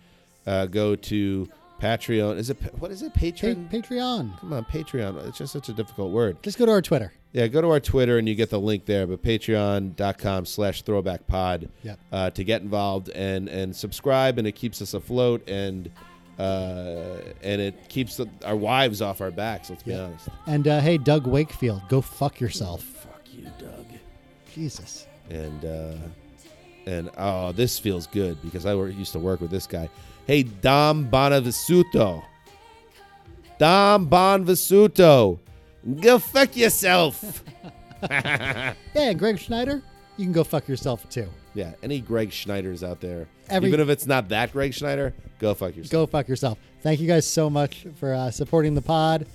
uh, go to Patreon. Is it, pa- what is it?
Pa-
Patreon?
Patreon.
Come on, Patreon. It's just such a difficult word.
Just go to our Twitter.
Yeah, go to our Twitter and you get the link there, but patreon.com slash throwback pod
Yep.
uh, to get involved and, and subscribe, and it keeps us afloat and uh, and it keeps the, our wives off our backs, let's be
Yeah.
honest.
And uh, hey, Doug Wakefield, go fuck yourself.
Fuck you, Doug.
Jesus.
And, uh, and oh, this feels good because I wor- used to work with this guy. Hey, Dom Bonavisuto. Dom Bonavisuto. Go fuck yourself.
Yeah, Greg Schneider, you can go fuck yourself too.
Yeah, any Greg Schneiders out there,
Every-
even if it's not that Greg Schneider, go fuck yourself.
Go fuck yourself. Thank you guys so much for uh, supporting the pod.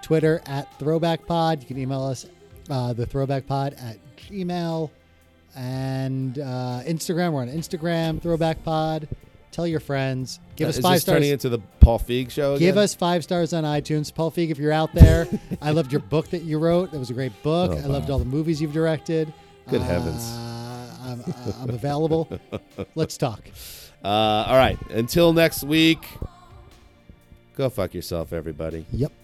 Twitter at Throwback Pod. You can email us uh, the Throwback Pod at Gmail and uh, Instagram. We're on Instagram Throwback Pod. Tell your friends. Give us
Uh, Is
five
this
stars.
turning into the Paul Feig show?
Give
again?
us five stars on iTunes. Paul Feig, if you're out there, I loved your book that you wrote. That was a great book.
Oh,
I loved all the movies you've directed.
Good
Uh,
heavens.
I'm, uh, I'm available. Let's talk.
Uh, all right. Until next week, go fuck yourself, everybody.
Yep.